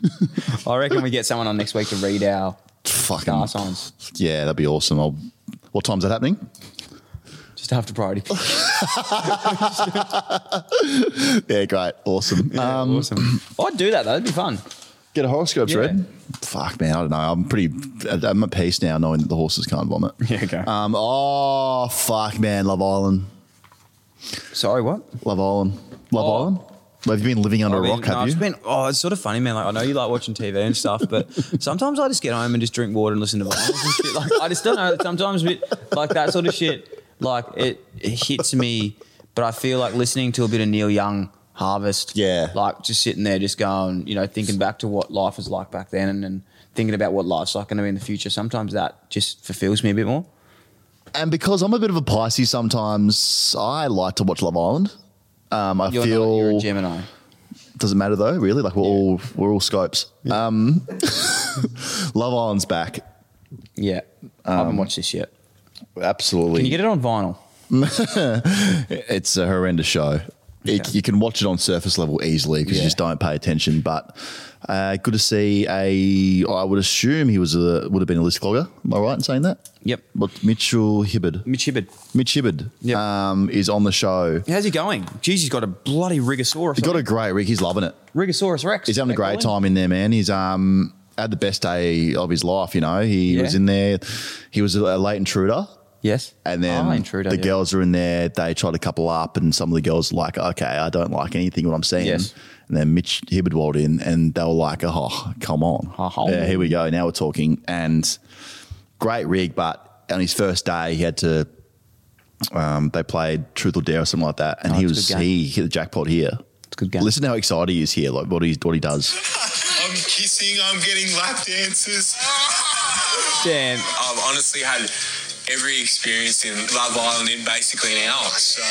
A: [laughs] I reckon we get someone on next week to read our
B: Fucking
A: star signs
B: yeah, that'd be awesome. I'll, what time's that happening?
A: just after priority.
B: [laughs] Yeah, great, awesome. um,
A: awesome. I'd do that. though. That'd be fun.
B: Get a horoscope
A: Yeah.
B: read. Fuck man, I don't know. I'm pretty. I'm at peace now, knowing that the horses can't vomit.
A: [laughs] Yeah, okay.
B: Um. Oh fuck, man. Love Island.
A: Sorry, what?
B: Love Island. Love
A: Oh.
B: Island. Well, have you been living under a
A: I mean,
B: rock?
A: no,
B: Have
A: I've
B: you?
A: just been- oh, it's sort of funny, man. Like I know you like watching TV and stuff,
B: [laughs]
A: but sometimes I just get home and just drink water and listen to vinyls and shit. Like I just don't know. Sometimes a bit like that sort of shit. Like it, it hits me, but I feel like listening to a bit of Neil Young Harvest.
B: Yeah.
A: like just sitting there, just going, you know, thinking back to what life was like back then, and, and thinking about what life's like going to be in the future. Sometimes that just fulfills me a bit more.
B: and because I'm a bit of a Pisces, sometimes I like to watch Love Island. Um, I
A: You're not-
B: feel
A: you're a Gemini.
B: Doesn't matter though, really. Like we're all we're all scopes. Um, [laughs] Love Island's back.
A: Yeah, I
B: um,
A: haven't watched this yet.
B: Absolutely.
A: Can you get it on vinyl?
B: it's a horrendous show. It,
A: Yeah.
B: you can watch it on surface level easily because
A: Yeah.
B: you just don't pay attention. But uh, good to see a. I would assume he was a would have been a list clogger. Am I right in saying that?
A: Yep.
B: But Mitchell Hibbard,
A: Mitch Hibbard.
B: Mitch Hibbard,
A: Yep.
B: um, is on the show.
A: How's he going? Jeez, he's got a bloody Rigosaurus.
B: He got a great rig. He's loving it.
A: Rigosaurus Rex.
B: He's having a
A: They
B: great
A: call him.
B: time in there, man. He's um had the best day of his life. You know, he
A: Yeah.
B: was in there. He was a late intruder.
A: Yes.
B: And then
A: Ah, intruder,
B: the
A: yeah.
B: girls are in there. They try to couple up, and some of the girls are like, "Okay, I don't like anything what I'm seeing."
A: Yes.
B: And then Mitch Hibbard walled in, and they were like, "Oh, come on,
A: Oh.
B: yeah, here we go. Now we're talking." And great rig, but on his first day, he had to. Um, they played Truth or Dare or something like that, and
A: Oh,
B: he
A: it's a
B: was
A: good game.
B: he hit the jackpot here.
A: a good game.
B: Listen to how excited he is here, like what he what he does.
H: I'm kissing, I'm getting lap dances.
A: Damn.
H: I've honestly had every experience in Love Island in basically an hour. So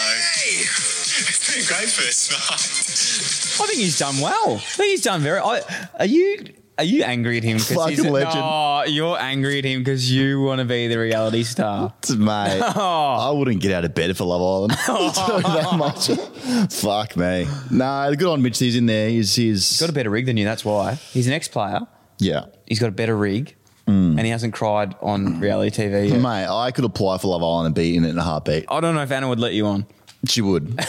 H: it's [laughs] been a great first night.
A: I think he's done well. I think he's done very. I, are you? Are you angry at him? 'cause
B: Fucking
A: he's-
B: legend.
A: No, you're angry at him because you want to be the reality star. [laughs]
B: Mate,
A: Oh.
B: I wouldn't get out of bed for Love Island. [laughs] Tell you that much. Fuck me. Nah, good on Mitch. He's in there. He's he's
A: Got a better rig than you. That's why he's an ex-player.
B: yeah.
A: He's got a better rig,
B: Hmm.
A: and he hasn't cried on reality TV. Yet.
B: Mate, I could apply for Love Island and be in it in a heartbeat.
A: I don't know if Anna would let you on. [laughs]
B: She would.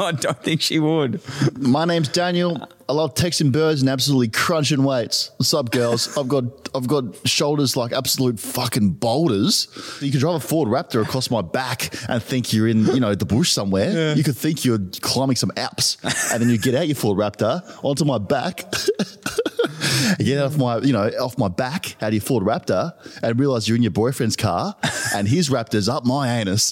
A: I don't think she would.
B: My name's Daniel. I love texting birds and absolutely crunching weights. What's up, girls? I've got I've got shoulders like absolute fucking boulders. You could drive a Ford Raptor across my back and think you're in you know the bush somewhere. You could think you're climbing some Alps, and then you get out your Ford Raptor onto my back. [laughs] You get off my, you know, off my back out of your Ford Raptor and realize you're in your boyfriend's car and his Raptor's up my anus.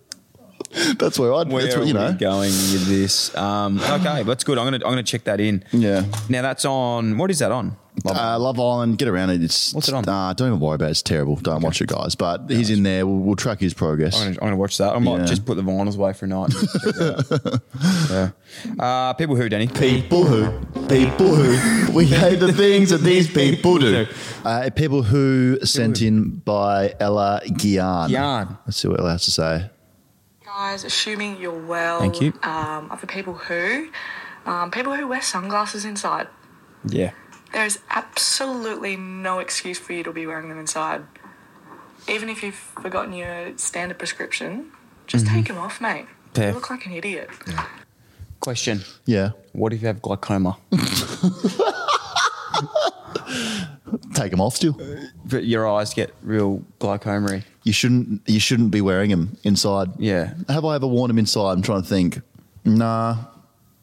B: [laughs] that's where I'd,
A: Where
B: that's what, you
A: are
B: know.
A: we going with this? Um, okay, that's good. I'm gonna I'm gonna check that in.
B: Yeah.
A: Now that's on. What is that on?
B: Uh, Love Island, get around it. It's
A: What's it on?
B: Uh, don't even worry about it. It's terrible. Don't watch it, guys. But he's in there. We'll, we'll track his progress.
A: I'm gonna, I'm gonna watch that. I might
B: Yeah.
A: just put the vinyls away for a night. yeah.
B: [laughs]
A: Uh, people who, Danny?
B: People who, people who,
A: [laughs]
B: we hate the things that these people do. Uh, people who sent in by Ella Gian.
A: Gian.
B: Let's see what Ella has to say.
I: guys. Assuming you're well.
A: Thank you.
I: Um, are the people who, um, people who wear sunglasses inside.
A: Yeah.
I: There is absolutely no excuse for you to be wearing them inside. Even if you've forgotten your standard prescription, just
A: Mm-hmm.
I: take 'em take them off, mate.
A: Yeah.
I: You look like an idiot.
A: Question:
B: Yeah.
A: What if you have glaucoma? [laughs]
B: Take them off still.
A: but your eyes get real glaucomery.
B: You shouldn't, you shouldn't be wearing them inside.
A: Yeah.
B: Have I ever worn them inside? I'm trying to think. Nah.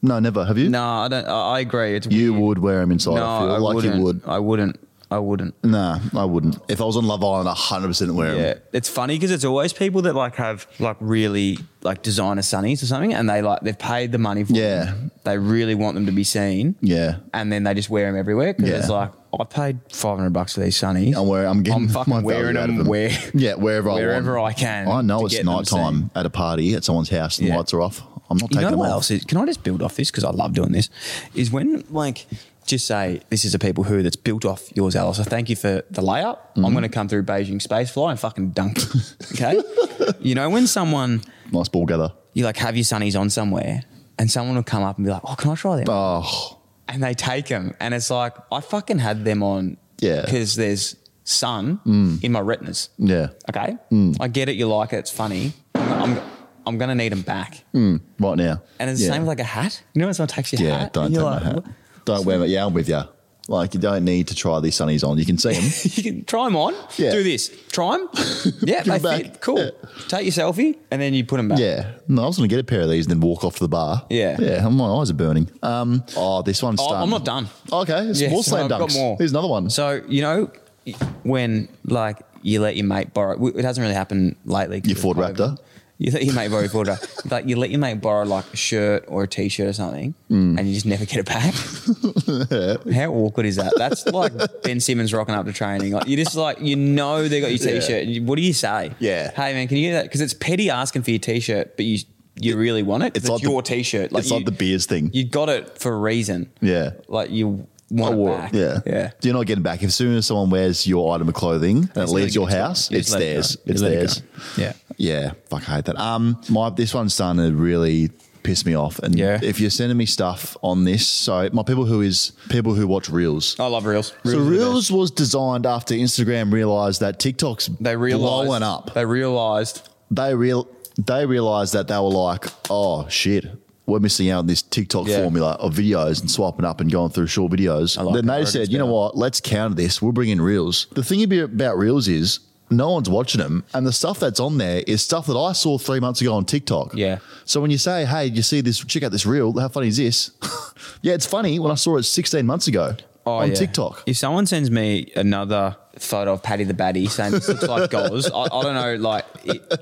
B: No, never. Have you?
A: No, I don't. I, I agree. It's
B: You
A: weird.
B: would wear them inside.
A: No,
B: I feel
A: I
B: like
A: wouldn't.
B: you would.
A: I wouldn't. I wouldn't.
B: Nah, I wouldn't. If I was on Love Island, hundred percent wear
A: Yeah,
B: them.
A: it's funny because it's always people that like have like really like designer sunnies or something, and they like they've paid the money for.
B: Yeah.
A: them. they really want them to be seen.
B: Yeah.
A: and then they just wear them everywhere because
B: Yeah.
A: it's like I paid five hundred bucks for these sunnies.
B: I'm wearing. I'm getting.
A: I'm fucking
B: [laughs] my value
A: wearing
B: out of
A: them
B: [laughs]
A: where-
B: yeah, wherever I
A: wherever
B: want.
A: I can
B: I know
A: to
B: it's
A: get them
B: night time at a party at someone's house and the
A: Yeah.
B: lights are off. I'm not
A: you
B: taking
A: know
B: them
A: what
B: off.
A: else is? Can I just build off this because I love doing this? Is when like just say this is a people who that's built off yours, Alice. So thank you for the layup.
B: Mm-hmm.
A: I'm going to come through Beijing space fly and fucking dunk. it.
B: [laughs]
A: Okay, you know when someone
B: Nice ball gather.
A: you like have your sunnies on somewhere. And someone will come up and be like, "Oh, can I try them?"
B: Oh,
A: and they take them, and it's like I fucking had them on,
B: Yeah. Mm.
A: because there's sun in my retinas.
B: yeah.
A: Okay,
B: Mm.
A: I get it. You like it. It's funny. I'm, I'm, I'm gonna need them back.
B: Right now.
A: And it's the
B: Mm. Yeah.
A: same with like a hat. You know, when someone takes your
B: Yeah,
A: hat,
B: don't
A: and
B: take
A: you're
B: my
A: like,
B: hat.
A: "What?"
B: Don't wear it. Yeah, I'm with you. Like you don't need to try these sunnies on. You can
A: [laughs]
B: see them.
A: [laughs] you can try them on.
B: Yeah.
A: Do this. Try
B: [laughs]
A: them. Yeah,
B: Give
A: they
B: 'em back.
A: fit. Cool.
B: Yeah.
A: Take your selfie and then you put them back.
B: yeah. No, I was going to get a pair of these and then walk off to the bar.
A: Yeah.
B: Yeah. My eyes are burning. Um. Oh, this one's.
A: Oh,
B: done.
A: I'm not done.
B: Okay. It's
A: Yeah,
B: more
A: so
B: slam
A: I've got
B: dunks.
A: more.
B: Here's another one.
A: So you know when like you let your mate borrow. w- It hasn't really happened lately. 'cause
B: Your
A: of
B: Ford
A: COVID.
B: Raptor?
A: You let your mate borrow your Ford
B: [laughs]
A: Raptor. Like you let your mate borrow like a shirt or a t-shirt or something,
B: Mm.
A: and you just never get it
B: [laughs]
A: back. How awkward is that? That's like Ben Simmons rocking up to training. Like you just like you know they got your
B: Yeah.
A: t-shirt. and you- What do you say?
B: Yeah.
A: Hey man, can you get that? Because it's petty asking for your t-shirt, but you you really want it. It's,
B: like the-
A: your t-shirt.
B: it's like the beers thing.
A: You got it for a reason.
B: Yeah.
A: Like you want
B: I
A: it
B: wore
A: back.
B: it. Oh, Yeah.
A: Yeah.
B: You're not getting back. As soon as someone wears your item of clothing and it
A: Just let
B: leaves
A: it go.
B: your house,
A: You
B: it's
A: just let it
B: theirs.
A: go. You
B: it's
A: let it go.
B: theirs.
A: Yeah.
B: Yeah, fuck, I hate that. Um, my this one's starting to really piss me off. And
A: Yeah.
B: if you're sending me stuff on this, so my people who is people who watch reels.
A: I love Oh, reels.
B: so
A: are the best.
B: reels was designed after Instagram realized that TikTok's
A: They realized.
B: blowing up.
A: They realized.
B: They real they realized that they were like, oh shit. We're missing out on this TikTok
A: Yeah.
B: formula of videos and swiping up and going through short videos.
A: like
B: then they
A: Americans
B: said, you know
A: better.
B: what? Let's counter this. We'll bring in reels. The thing ab- about reels is no one's watching them, and the stuff that's on there is stuff that I saw three months ago on TikTok.
A: Yeah.
B: So when you say, hey, you see this? Check out this reel. How funny is this? [laughs] yeah, it's funny when I saw it 16 months ago on
A: oh, yeah.
B: TikTok.
A: If someone sends me another photo of Paddy the Batty saying this looks like Goz, I, I don't know, like it,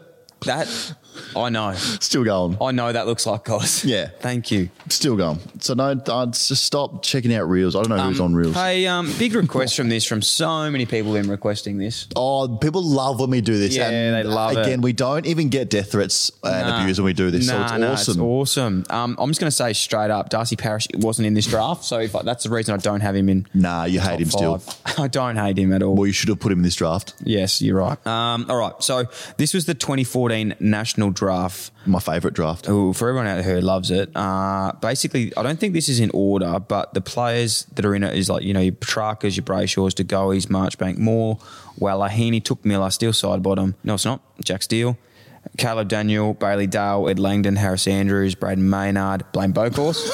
A: that. I know.
B: Still going.
A: I know that looks like Goz.
B: Yeah.
A: Thank you.
B: Still going. So no, uh, just stop checking out reels. I don't know who's on reels.
A: Hey, um, big request from this from so many people been requesting this.
B: Oh, people love when we do this.
A: Yeah,
B: and
A: they love it.
B: Again, we don't even get death threats and
A: Nah.
B: abuse when we do this,
A: Nah,
B: so
A: nah,
B: it's awesome.
A: awesome. Um, I'm just going to say straight up, Darcy Parish wasn't in this draft, so if I, that's the reason I don't have him in.
B: Nah, you hate
A: top
B: him still.
A: five. [laughs] I don't hate him at all.
B: Well, you should have put him in this draft.
A: Yes, you're right. Um, all right. So this was the 2014 national draft.
B: My
A: [laughs]
B: favorite draft.
A: Ooh, for everyone out there who loves it, uh, basically, I don't think this is in order, but the players that are in it is like, you know, your Petrarcas, your Brayshaws, DeGoeys, Marchbank, Moore, Wallahini, Took Miller, Steel Side Bottom. No, it's not. Jack Steele, Caleb Daniel, Bailey Dale, Ed Langdon, Harris Andrews, Braden Maynard, Blaine
B: [laughs]
A: Bocorse.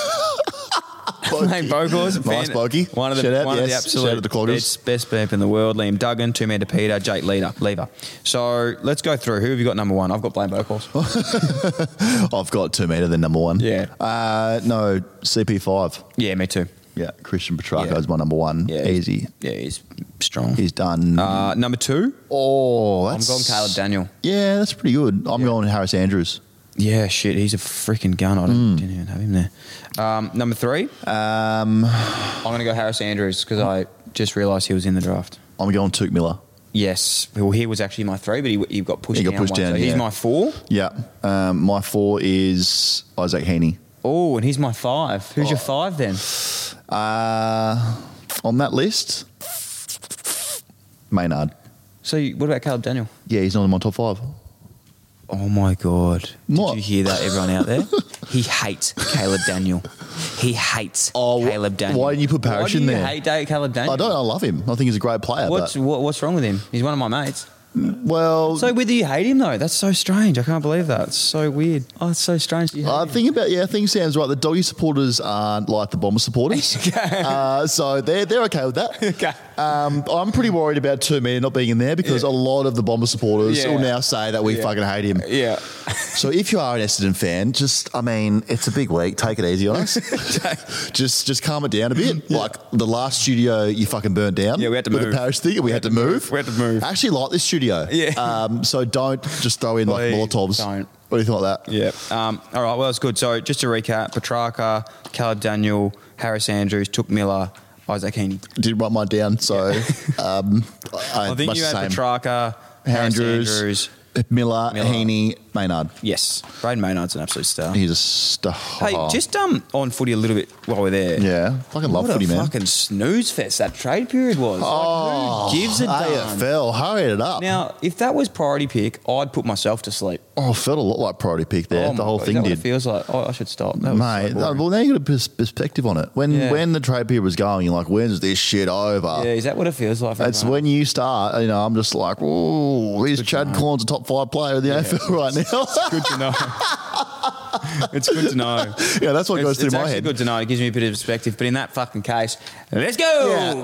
A: Blaine Bocorse.
B: Nice,
A: fan-
B: Bogey.
A: One of the,
B: Shout out,
A: one of the
B: yes.
A: absolute
B: Shout out to the Cloggers.
A: best- best burp in the world. Liam Duggan, two man to Peter, Jake Leader, Lever. So let's go through. Who have you got number one? I've got Blaine Bocorse.
B: Oh. I've got two meter than number one.
A: Yeah.
B: Uh, no, CP5.
A: Yeah, me too.
B: Yeah. Christian Petrarca
A: Yeah.
B: is my number one.
A: Yeah.
B: Easy.
A: Yeah, he's strong.
B: He's done.
A: uh, number two,
B: oh,
A: I'm
B: that's.
A: going Caleb Daniel.
B: Yeah, that's pretty good. I'm going Harris Andrews.
A: Yeah, shit, he's a freaking gun. I
B: Hmm.
A: don't, didn't even have him there. Um, number three,
B: Um,
A: I'm going to go Harris Andrews because I just realised he was in the draft.
B: I'm going Took Miller.
A: Yes, well, he was actually my three, but he, he got pushed
B: He got
A: down.
B: pushed
A: one,
B: down,
A: so
B: yeah.
A: He's my four.
B: Yeah. Um, my four is Isaac Heaney.
A: Oh, and he's my five. Who's your
B: Oh.
A: five then?
B: Uh, on that list, Maynard.
A: So, you, what about Caleb Daniel?
B: Yeah, he's not in my top five.
A: Oh my god!
B: What?
A: Did you hear that, everyone out there? he hates Caleb Daniel. He hates
B: Oh, wh-
A: Caleb Daniel.
B: why didn't you put Parrish
A: why
B: in
A: do you
B: there?
A: Hate Da- Caleb Daniel.
B: I don't. I love him. I think he's a great player.
A: What's
B: Uh, But,
A: what, what's wrong with him? He's one of my mates.
B: well,
A: So whether you hate him though, that's so strange. I can't believe that. It's so weird. Oh, it's so strange. that You hate [laughs]
B: I
A: him.
B: think about yeah. I think Sam's right. The doggy supporters aren't like the
A: [laughs]
B: bomber supporters, uh, so they're they're okay with that.
A: Okay.
B: Um, I'm pretty worried about two men not being in there because a lot of the bomber supporters
A: Yeah.
B: will now say that we
A: Yeah.
B: fucking hate him.
A: Yeah.
B: So if you are an Essendon fan, just I mean, it's a big week. Take it easy on us.
A: [laughs]
B: just just calm it down a bit. Like the last studio you fucking burnt down.
A: Mm-hmm. Yeah, we had to
B: with
A: move.
B: the parish thing. We, had, to move.
A: We had to move.
B: I actually like this studio.
A: Yeah.
B: Um, so don't just throw in like
A: Please
B: Molotovs.
A: don't.
B: What do you think like that?
A: Yeah. [laughs] Um, all right. Well, that's good. So just to recap: Petrarca, Caleb Daniel, Harris Andrews, Took Miller, Isaac Heaney.
B: Did write mine down. So [laughs] um, I,
A: I think
B: much
A: you
B: the
A: had
B: same.
A: Petrarca, Harris
B: Andrews.
A: Andrews.
B: Miller,
A: Miller.
B: Heaney, Maynard.
A: Yes, Braden Maynard's an absolute star.
B: He's a star.
A: Hey, just um on footy a little bit while we're there.
B: Oh. yeah, fucking love
A: what
B: footy,
A: a
B: man.
A: fucking snooze fest that trade period was. Like,
B: oh,
A: who gives a damn?
B: AFL, hurry it up.
A: Now, if that was priority pick, I'd put myself to sleep.
B: Oh, it felt a lot like priority pick there.
A: Oh my
B: the whole
A: God, is
B: thing
A: that what
B: did.
A: It feels like oh, I should stop. That was
B: Mate,
A: so
B: no,
A: boring.
B: well, now you got a pers- perspective on it. When
A: Yeah.
B: when the trade period was going, you're like, when's this shit over?
A: yeah, is that what it feels like? for [laughs]
B: It's
A: everyone?
B: when you start, you know, I'm just like,
A: [laughs]
B: oh, he's Chad Corn's a top five player in the AFL right now.
A: good to know. It's good to
B: [laughs]
A: know.
B: Yeah, that's what
A: it's,
B: goes through
A: it's
B: my
A: actually
B: head.
A: good to know. It gives me a bit of perspective. But in that fucking case, let's go.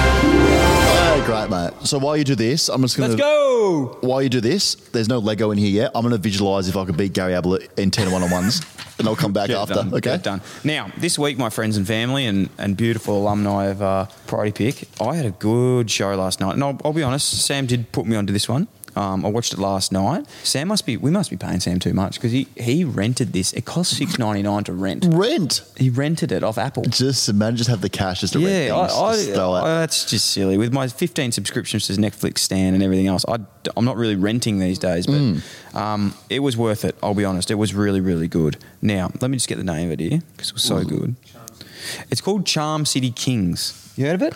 B: Oh, great, mate. So while you do this, I'm just going
A: Let's
B: to.
A: go.
B: While you do this, there's no Lego in here yet. I'm going to visualize if I could beat Gary Ablett in 10 one
A: [laughs]
B: on ones, and I'll come back
A: Get it
B: after.
A: done.
B: Okay.
A: Get it done. Now, this week, my friends and family and, and beautiful alumni of uh, Priority Pick, I had a good show last night. And I'll, I'll be honest, Sam did put me onto this one. Um, I watched it last night. Sam must be, we must be paying Sam too much because he, he rented this. It cost six ninety nine to rent.
B: Rent.
A: He rented it off Apple.
B: Just man, just have the cash just to rent
A: Yeah, I,
B: things.
A: I,
B: Just throw it.
A: I- that's just silly. With my 15 subscriptions to Netflix, Stan, and everything else, I, am not really renting these days, but
B: Mm.
A: um, it was worth it. I'll be honest. It was really, really good. Now, let me just get the name of it here because it was so good. It's called Charm City Kings. You heard of it?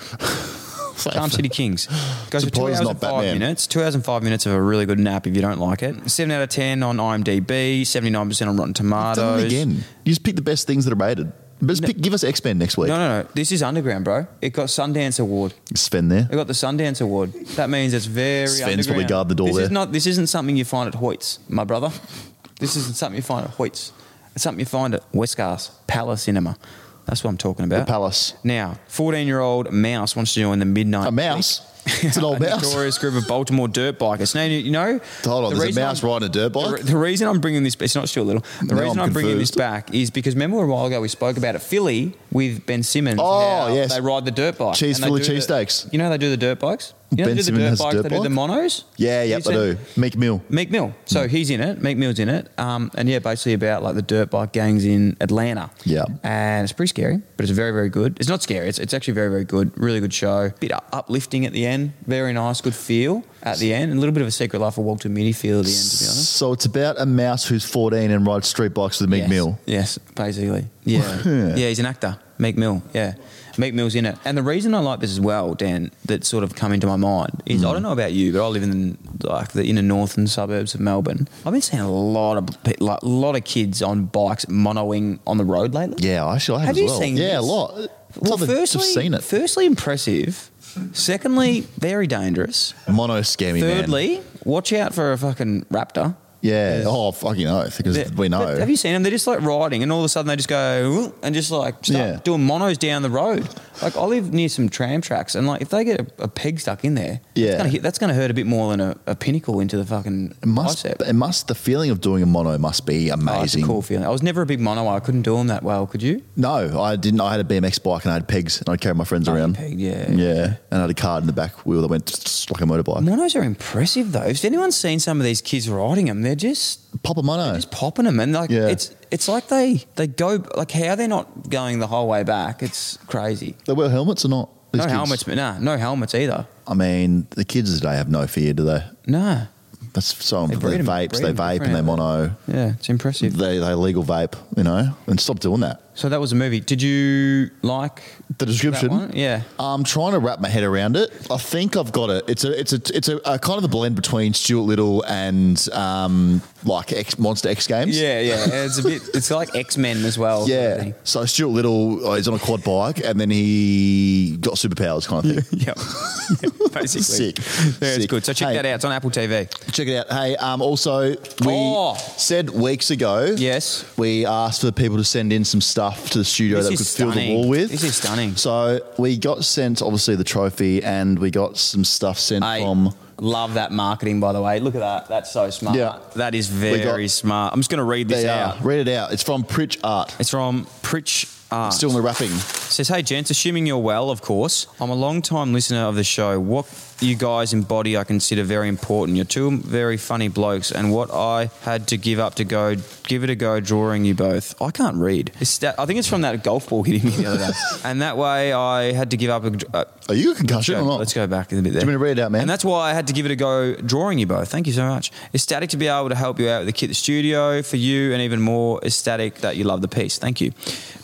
A: Charm City
B: [laughs]
A: Kings. Goes for two
B: Suppose
A: hours
B: not
A: and five
B: Batman.
A: minutes. Two hours and five minutes of a really good nap if you don't like it. Seven out of ten on IMDb. Seventy nine percent on Rotten Tomatoes.
B: Done it again. You just pick the best things that are rated. Just pick, give us X Men next week.
A: No, no, no. This is underground, bro. It got Sundance Award.
B: Sven there.
A: I got the Sundance Award. That means it's very.
B: Sven's
A: underground.
B: probably guarding the door
A: this is
B: there.
A: not. This isn't something you find at Hoyts, my brother. This isn't something you find at Hoyts. It's something you find at Westgarth Palace Cinema. That's what I'm talking about.
B: The Palace.
A: Now, 14 year old mouse wants to join the midnight.
B: A mouse. It's an old
A: [laughs] a
B: mouse. [laughs]
A: notorious group of Baltimore dirt bikers. Now, you- you know.
B: Hold on,
A: the
B: there's a
A: reason
B: mouse
A: I'm-
B: riding a dirt
A: the re-
B: bike.
A: The, reason I'm bringing this, it's not still little. The
B: Now
A: reason I'm,
B: I'm
A: bringing this
B: confused.
A: back is because remember a while ago we spoke about at Philly with Ben Simmons.
B: Oh,
A: how
B: yes.
A: they ride the dirt bike.
B: Cheese
A: and they
B: Philly
A: do the-
B: cheesesteaks.
A: You know they do the dirt bikes. You know
B: Ben
A: they do the
B: Simmons
A: dirt
B: has a
A: bikes.
B: dirt
A: they do the
B: bike?
A: monos.
B: Yeah, yeah,
A: You've
B: I
A: seen-
B: do. Mm. Meek Mill.
A: Meek Mill. So he's in it. Meek Mill's in it. Um, and yeah, basically about like the dirt bike gangs in Atlanta.
B: Yeah.
A: And it's pretty scary, but it's very, very good. It's not scary. It's, it's actually very, very good. Really good show. Bit uplifting at the end. Very nice. Good feel at the end. And a little bit of a secret life of Walter Mitty feel at the end, to be honest.
B: So it's about a mouse who's 14 and rides street bikes with Meek
A: yes.
B: Mill.
A: Yes, basically. Yeah.
B: Yeah.
A: yeah, he's an actor. Meek Mill. Yeah. Meek Mill's in it. And the reason I like this as well, Dan, that sort of come into my mind is
B: Hmm.
A: I don't know about you, but I live in like the inner northern suburbs of Melbourne. I've been seeing a lot of pe- like, a lot of kids on bikes monoing on the road lately.
B: Yeah, actually, I have,
A: Have
B: as
A: you
B: well.
A: seen
B: yeah, a
A: this?
B: lot. It's
A: Well,
B: not that
A: firstly,
B: I've seen it.
A: firstly impressive. Secondly, very dangerous.
B: Mono scammy man.
A: Thirdly, watch out for a fucking raptor.
B: yeah. Oh, fucking oath, because
A: They're-
B: we know.
A: but Have you seen them? They're just like riding, and all of a sudden they just go "Ooh," and just like start
B: Yeah.
A: doing monos down the road. Like I live near some tram tracks, and like if they get a, a peg stuck in there,
B: Yeah.
A: that's gonna, hit, that's gonna hurt a bit more than a, a pinnacle into the fucking
B: it must.
A: bicep.
B: It must. The feeling of doing a mono must be
A: Oh, it's
B: amazing.
A: a cool feeling. I was never a big mono. I couldn't do them that well. Could you?
B: No, I didn't. I had a BMX bike and I had pegs and I'd carry my friends
A: Oh, you
B: around.
A: pegged, yeah.
B: Yeah. And I had a card in the back wheel that went like a motorbike.
A: Monos are impressive though. If anyone's seen some of these kids riding them, they're just
B: Pop eh? a mono.
A: just popping them, and like
B: Yeah.
A: it's it's like they they go like how they're not going the whole way back. It's crazy.
B: They wear helmets or not? These
A: no
B: kids?
A: helmets, but nah, no helmets either.
B: I mean, the kids today have no fear, do they?
A: Nah.
B: That's so.
A: They
B: They,
A: breed 'em-
B: vapes.
A: breed
B: They
A: 'em
B: vape
A: different,
B: and they
A: aren't they?
B: mono.
A: Yeah, it's impressive.
B: They they legal vape. You know, and stop doing that.
A: So that was a movie. Did you like
B: The description.
A: That one? Yeah.
B: I'm trying to wrap my head around it. I think I've got it. It's a it's a it's a, a kind of a blend between Stuart Little and um like X Monster X Games.
A: Yeah, yeah. It's a bit. It's like X Men as well. sort of
B: Yeah.
A: thing.
B: So Stuart Little uh, is on a quad bike and then he got superpowers kind of thing.
A: Yep. [laughs] yeah. Basically.
B: Sick.
A: Yeah, it's
B: Sick.
A: good. So check
B: Hey.
A: that out. It's on Apple TV.
B: [laughs] Check it out. Hey, um, also we
A: Oh.
B: said weeks ago.
A: Yes.
B: We asked for people to send in some stuff to the studio
A: This
B: that we
A: is
B: could fill the
A: stunning.
B: wall with.
A: This is stunning.
B: So we got sent obviously the trophy and we got some stuff sent
A: I
B: from
A: love that marketing, by the way. Look at that. That's so smart.
B: Yeah.
A: That is
B: got-
A: very smart. I'm just going to read this
B: they
A: out.
B: are. Read it out. It's from Pritch Art.
A: It's from Pritch Art.
B: Still in the wrapping.
A: Says, hey, gents, assuming you're well, of course. I'm a long time listener of the show. What you guys embody, I consider very important. You're two very funny blokes, and what I had to give up to go, give it a go drawing you both. I can't read. It's that, I think it's from that golf ball [laughs] hitting me the other day. and that way I had to give up. A, uh,
B: Are you a concussion
A: Let's
B: or
A: go-
B: not? [laughs]
A: Let's go back a bit there.
B: Do you want me to read it out, man?
A: And that's why I had to give it a go drawing you both. Thank you so much. Ecstatic to be able to help you out with the kit, the studio for you, and even more ecstatic that you love the piece. Thank you.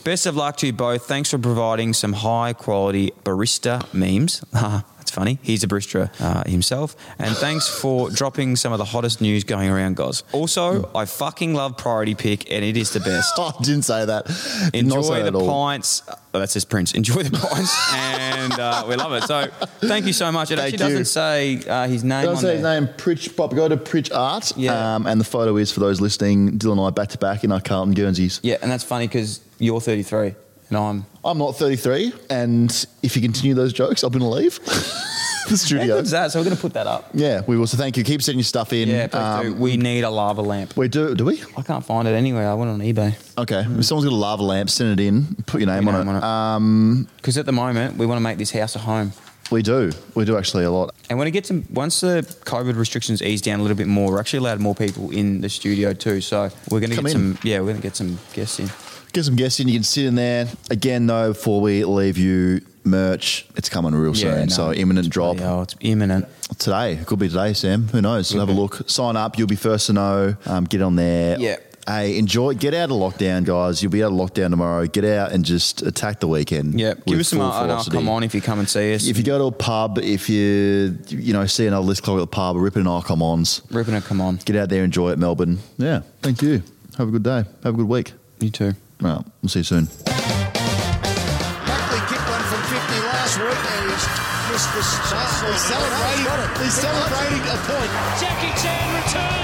A: Best of luck to you both. Thanks for providing some high quality barista memes. [laughs] Ah, That's It's funny. He's a Brewster uh, himself. And thanks for dropping some of the hottest news going around, Goz. Also, I fucking love Priority Pick, and it is the best.
B: Oh, I didn't say that. Did not say
A: Enjoy
B: that
A: the
B: at all.
A: pints. Oh, that's his Prince. Enjoy the
B: [laughs]
A: pints, and uh, we love it. So, thank you so much. It
B: Thank
A: actually
B: you.
A: doesn't say uh, his name.
B: Don't
A: on
B: say
A: there.
B: his name, Pritch Pop. Go to Pritch Art.
A: Yeah.
B: Um, and the photo is for those listening, Dylan and I back to back in our Carlton Guernseys.
A: Yeah, and that's funny because you're 33 and I'm.
B: I'm not 33, and if you continue those jokes, I'm going to leave [laughs] the
A: How
B: studio.
A: good's that? So we're going to put that up.
B: Yeah, we will. So thank you. Keep sending your stuff in.
A: Yeah, please
B: Um,
A: do. We need a lava lamp.
B: we do. Do we?
A: I can't find it anywhere. I went on eBay.
B: Okay. If someone's got a lava lamp, send it in. Put your name,
A: Your
B: on,
A: name
B: it. Um,
A: Because at the moment, we want to make this house a home.
B: We do. We do actually a lot.
A: And when it gets in, once the COVID restrictions ease down a little bit more, we're actually allowed more people in the studio too. So we're going to
B: Come
A: get
B: in.
A: some. Yeah, we're going to get some guests in.
B: Get some guests in. You can sit in there. Again, though, before we leave you, merch, it's coming real
A: Yeah,
B: soon.
A: no,
B: so imminent
A: it's
B: drop
A: bloody hell, it's imminent.
B: today. It could be today, Sam. Who knows? Have a look. Sign up. You'll be first to know. Um, get on there.
A: Yeah.
B: Hey, enjoy. Get out of lockdown, guys. You'll be out of lockdown tomorrow. Get out and just attack the weekend.
A: Yeah, give
B: with
A: us some.
B: full
A: Uh, and I'll
B: ferocity.
A: come on if you come and see us.
B: If you go to a pub, if you you know see another list clog at the pub, rip an icon ons.
A: ripping it, come on.
B: Get out there, enjoy it, Melbourne. Yeah. Thank you. Have a good day. Have a good week.
A: You too.
B: All right. We'll see you soon.
C: Buckley kicked one from 50 last week and he's missed the shot. He's celebrating, he's celebrating a point.
D: Jackie Chan returns.